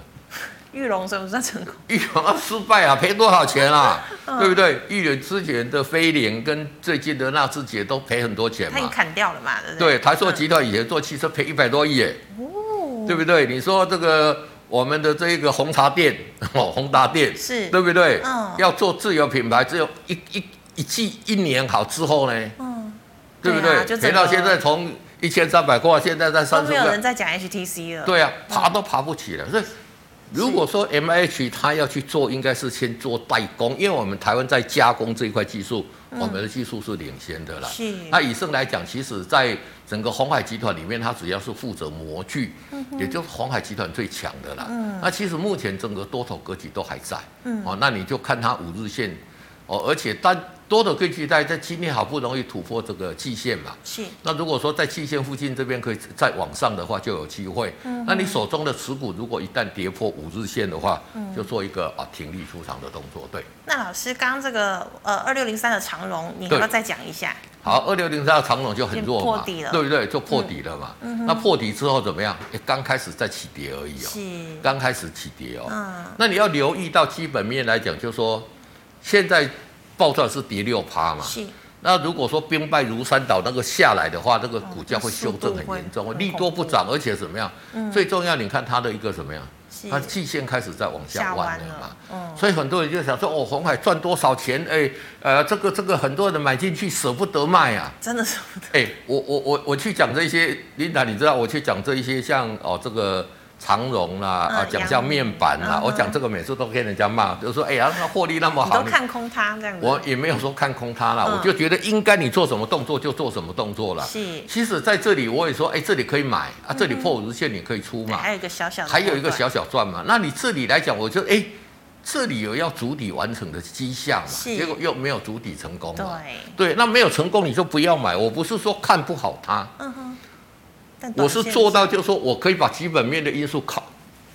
玉龙算不算成功？
玉龙要失败啊，赔多少钱啊？
嗯
对不对？玉龙之前的飞凌跟最近的纳智捷都赔很多钱
他已经
嘛。
砍掉了嘛，对不对？
哎
嗯
对，台塑集团以前做汽车赔一百多亿耶，
哦
对不对？你说这个我们的这一个红茶店， 哦，宏达店
是
对不对？
嗯
要做自有品牌，只有一一一季一年好之后呢，
嗯，
对不
对啊
对？
就整
赔到
个
现在从一千三百块，现在在
都
三十
没有
块
人，在讲 HTC 了，，
对啊，爬都爬不起来。所以如果说 M H 它要去做，应该是先做代工，因为我们台湾在加工这一块技术，我们的技术是领先的啦。
嗯是
那以上来讲，其实在整个红海集团里面，它主要是负责模具，
嗯
也就是红海集团最强的啦。那其实目前整个多头格局都还在。
嗯
哦，那你就看它五日线，哦，而且但多头格局在在今天好不容易突破这个季线嘛。
是
那如果说在季线附近这边可以再往上的话，就有机会。
嗯
那你手中的持股如果一旦跌破五日线的话，
嗯
就做一个啊停利出场的动作。对，
那老师，刚刚这个呃二六零三的长荣，你要不要
对
再讲一下？
好，二六零三的长龙就很弱
破
嘛，
底了嗯
对不对？就破底了嘛。那破底之后怎么样？诶刚开始在起跌而已哦，
是，
刚开始起跌哦。
嗯，
那你要留意到基本面来讲，就是说现在报出来是跌六趴嘛，
是，
那如果说兵败如山倒，那个下来的话，那个股价会修正很严
哦
重，
那速度会
利多不涨，而且怎么样？最重要，你看它的一个怎么样？
嗯是
它季线开始在往下
下
弯
弯
了嘛
了，，嗯，
所以很多人就想说，哦，红海赚多少钱？哎，呃，这个这个，很多人买进去舍不得卖啊。
真的是不得，
哎，我我我我去讲这些，琳达，你知道我去讲这一些像哦这个长荣啦，
嗯
啊讲
阳
像面板啦，
嗯
我讲这个每次都跟人家骂，就说哎呀，那获利那么
你
好，
都
你
看空它这样子，哎
我也没有说看空它啦，
嗯
我就觉得应该你做什么动作就做什么动作啦。
是，
其实在这里我也说，哎、这里可以买啊，这里破五日线你可以出
对
嘛，
还有一个小小的，
还有一个，小小赚嘛。那你这里来讲，我就哎、这里有要主底完成的迹象嘛，
是
结果又没有主底成功嘛。
对，
对，那没有成功你就不要买。我不是说看不好它，
嗯哼，但
我
短
是
线
做，到就是说我可以把基本面的因素考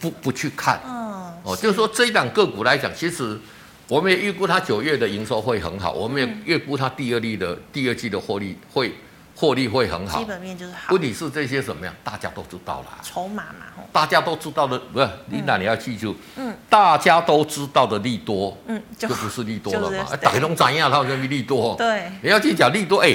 不不去看。
嗯，
哦，就是说这一档个股来讲，其实我们也预估它九月的营收会很好，我们也预估它第二季的、第二季的获利会获利会很好
基。本面就是好
问，题是这些怎么样，大家都知道啦，
筹码嘛，吼，
大家都知道的，不是琳达，你要记住，
嗯，
大家都知道的利多
嗯，
就
就
不是利多了
就是
嘛，哎打开龙展亚，它有什么利多？
对，
你要去讲利多，哎、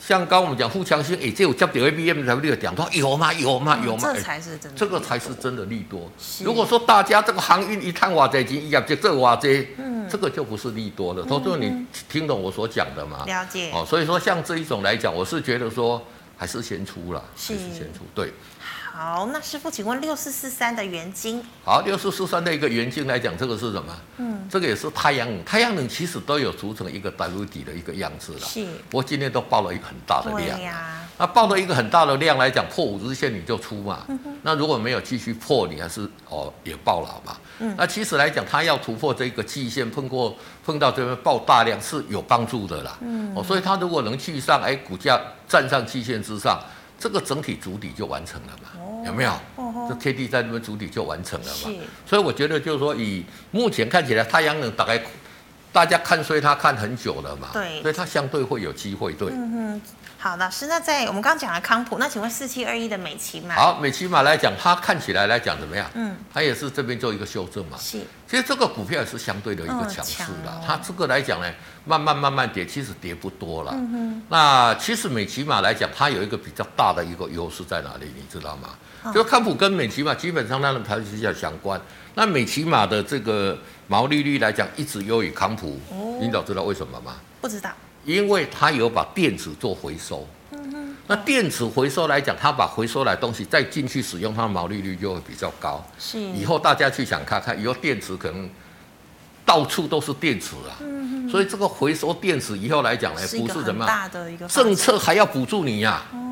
像刚刚我们讲富强新，哎、这有接到 A B M 才会讲，说有吗？有吗？有吗？
哦这
哎
才是真的，
这个才是真的利多
是。
如果说大家这个航运一探瓦这金，一样这这瓦这，
嗯
这个就不是利多了。所以你听懂我所讲的吗？
了解，
哦，所以说像这一种来讲，我是觉得说还是先出了，
是
还是先出。对，
好，那师傅，请问六四四三的原金，
好，六四四三的一个原镜来讲，这个是什么？
嗯，
这个也是太阳能，太阳能其实都有组成一个 W 底的一个样子了。
是，
不过今天都爆了一个很大的量
对。呀，
那报了一个很大的量来讲，破五日线你就出嘛。
嗯
那如果没有继续破，你还是哦也爆了嘛。
嗯
那其实来讲，它要突破这个季线，碰过碰到这边爆大量是有帮助的啦。
嗯
哦，所以它如果能去上，哎，股价站上季线之上，这个整体主底就完成了嘛，
哦
有没有？
哦吼
这 K D 在那边主底就完成了嘛
是。
所以我觉得就是说，以目前看起来，太阳能大概大家看衰它看很久了嘛，
对
所以它相对会有机会，对。
嗯哼，好，老师，那在我们刚刚讲了康普，那请问四七二一的美琪嘛？
好，美琪玛来讲，它看起来来讲怎么样？
嗯，
它也是这边做一个修正嘛。
是
其实这个股票也是相对的一个
嗯
强势
强
啦
哦，
它这个来讲呢，慢慢慢慢跌，其实跌不多
嗯
了。那其实美琪玛来讲，它有一个比较大的一个优势在哪里，你知道
嗯
吗？就康普跟美琪玛基本上它的排序要相关。那美琪玛的这个毛利率来讲，一直优于康普
哦，
领导知道为什么吗？
不知道，
因为它有把电池做回收。那电池回收来讲，它把回收来的东西再进去使用，它的毛利率就会比较高。
是
以后大家去想看看，以后电池可能到处都是电池啊，所以这个回收电池以后来讲呢，
嗯是一
不
个
是怎
很
么样
大的一个
政
方向
策还要补助你呀、哦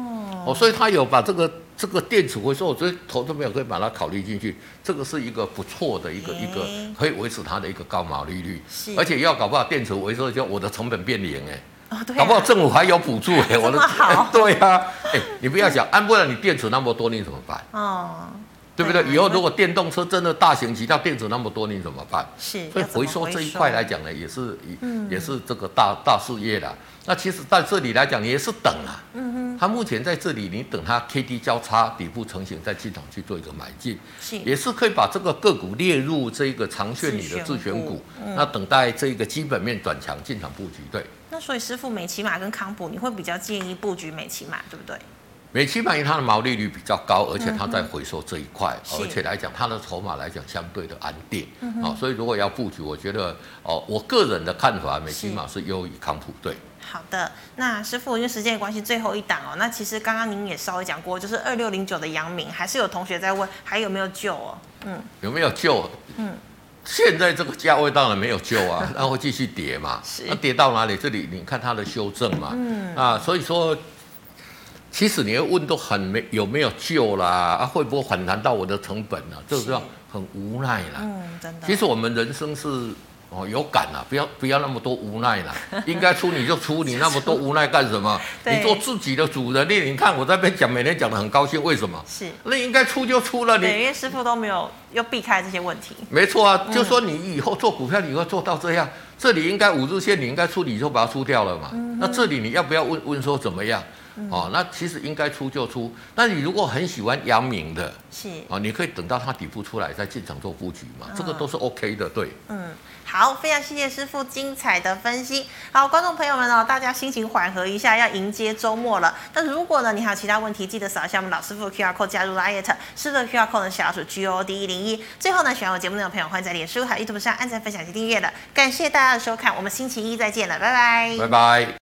所以他有把这个这个电池回收，我觉得投资朋友可以把它考虑进去，这个是一个不错的一个、
哎
一个可以维持它的一个高毛利率
是，
而且要搞不好电池回收就我的成本变零哎、
哦，对、啊，
搞不好政府还有补助哎、我
这
的
么好
对呀、哎、你不要想，按不然你电池那么多你怎么办？
哦，
对不对？
对啊
以后如果电动车真的大行其道，电池那么多，你怎么办？
是要怎
所以
么嗯
回收这一块来讲呢，也是也是这个大大事业啦。那其实在这里来讲也是等啊，嗯它目前在这里，你等它 K D 交叉底部成型，再进场去做一个买进，
是
也是可以把这个个股列入这个长线里的
自
自
选
选
股嗯
股。那等待这个基本面转强进场布局，对。
那所以师傅美琪玛跟康普，你会比较建议布局美琪玛，对不对？
美期板因为它的毛利率比较高，而且它在回收这一块，哦
是
而且来讲它的筹码来讲相对的安定，
嗯
啊、所以如果要布局，我觉得哦，我个人的看法，美期码是优于康普队。
好的，那师傅因为时间的关系，最后一档哦。那其实刚刚您也稍微讲过，就是二六零九的阳明，还是有同学在问还有没有救哦？
有没有救？
嗯
现在这个价位当然没有救 啊，那会继续跌嘛
是？
那跌到哪里？这里你看它的修正嘛，嗯啊，所以说，其实你要问都很没有没有救啦，啊，会不会反弹到我的成本呢、这个
是
叫很无奈啦。
嗯，真的。
其实我们人生是哦有感啦，不要不要那么多无奈啦， 应该出你就出，你那么多无奈干什么？
对
你做自己的主人，你你看我在那边讲，每天讲的很高兴，为什么？
是，
那应该出就出了，
对，嗯
你
因为师傅都没有又避开这些问题。
没错啊，就说你以后做股票，你会做到这样，这里应该五日线你应该出，你就把它出掉了嘛。
嗯
那这里你要不要问问说怎么样？哦，那其实应该出就出。那你如果很喜欢阳明的，
是，
哦，你可以等到它底部出来再进场做布局嘛，这个都是 OK 的，对。
嗯，好，非常谢谢师傅精彩的分析。好，观众朋友们哦，大家心情缓和一下，要迎接周末了。那如果呢，你还有其他问题，记得扫一下我们老师傅的 QR code 加入 Liet，师傅的 QR code 呢小老鼠 GOD 一零一。最后呢，喜欢我节目内容的朋友，欢迎在脸书还有 YouTube 上按赞、分享及订阅的。感谢大家的收看，我们星期一再见了，拜拜
拜拜。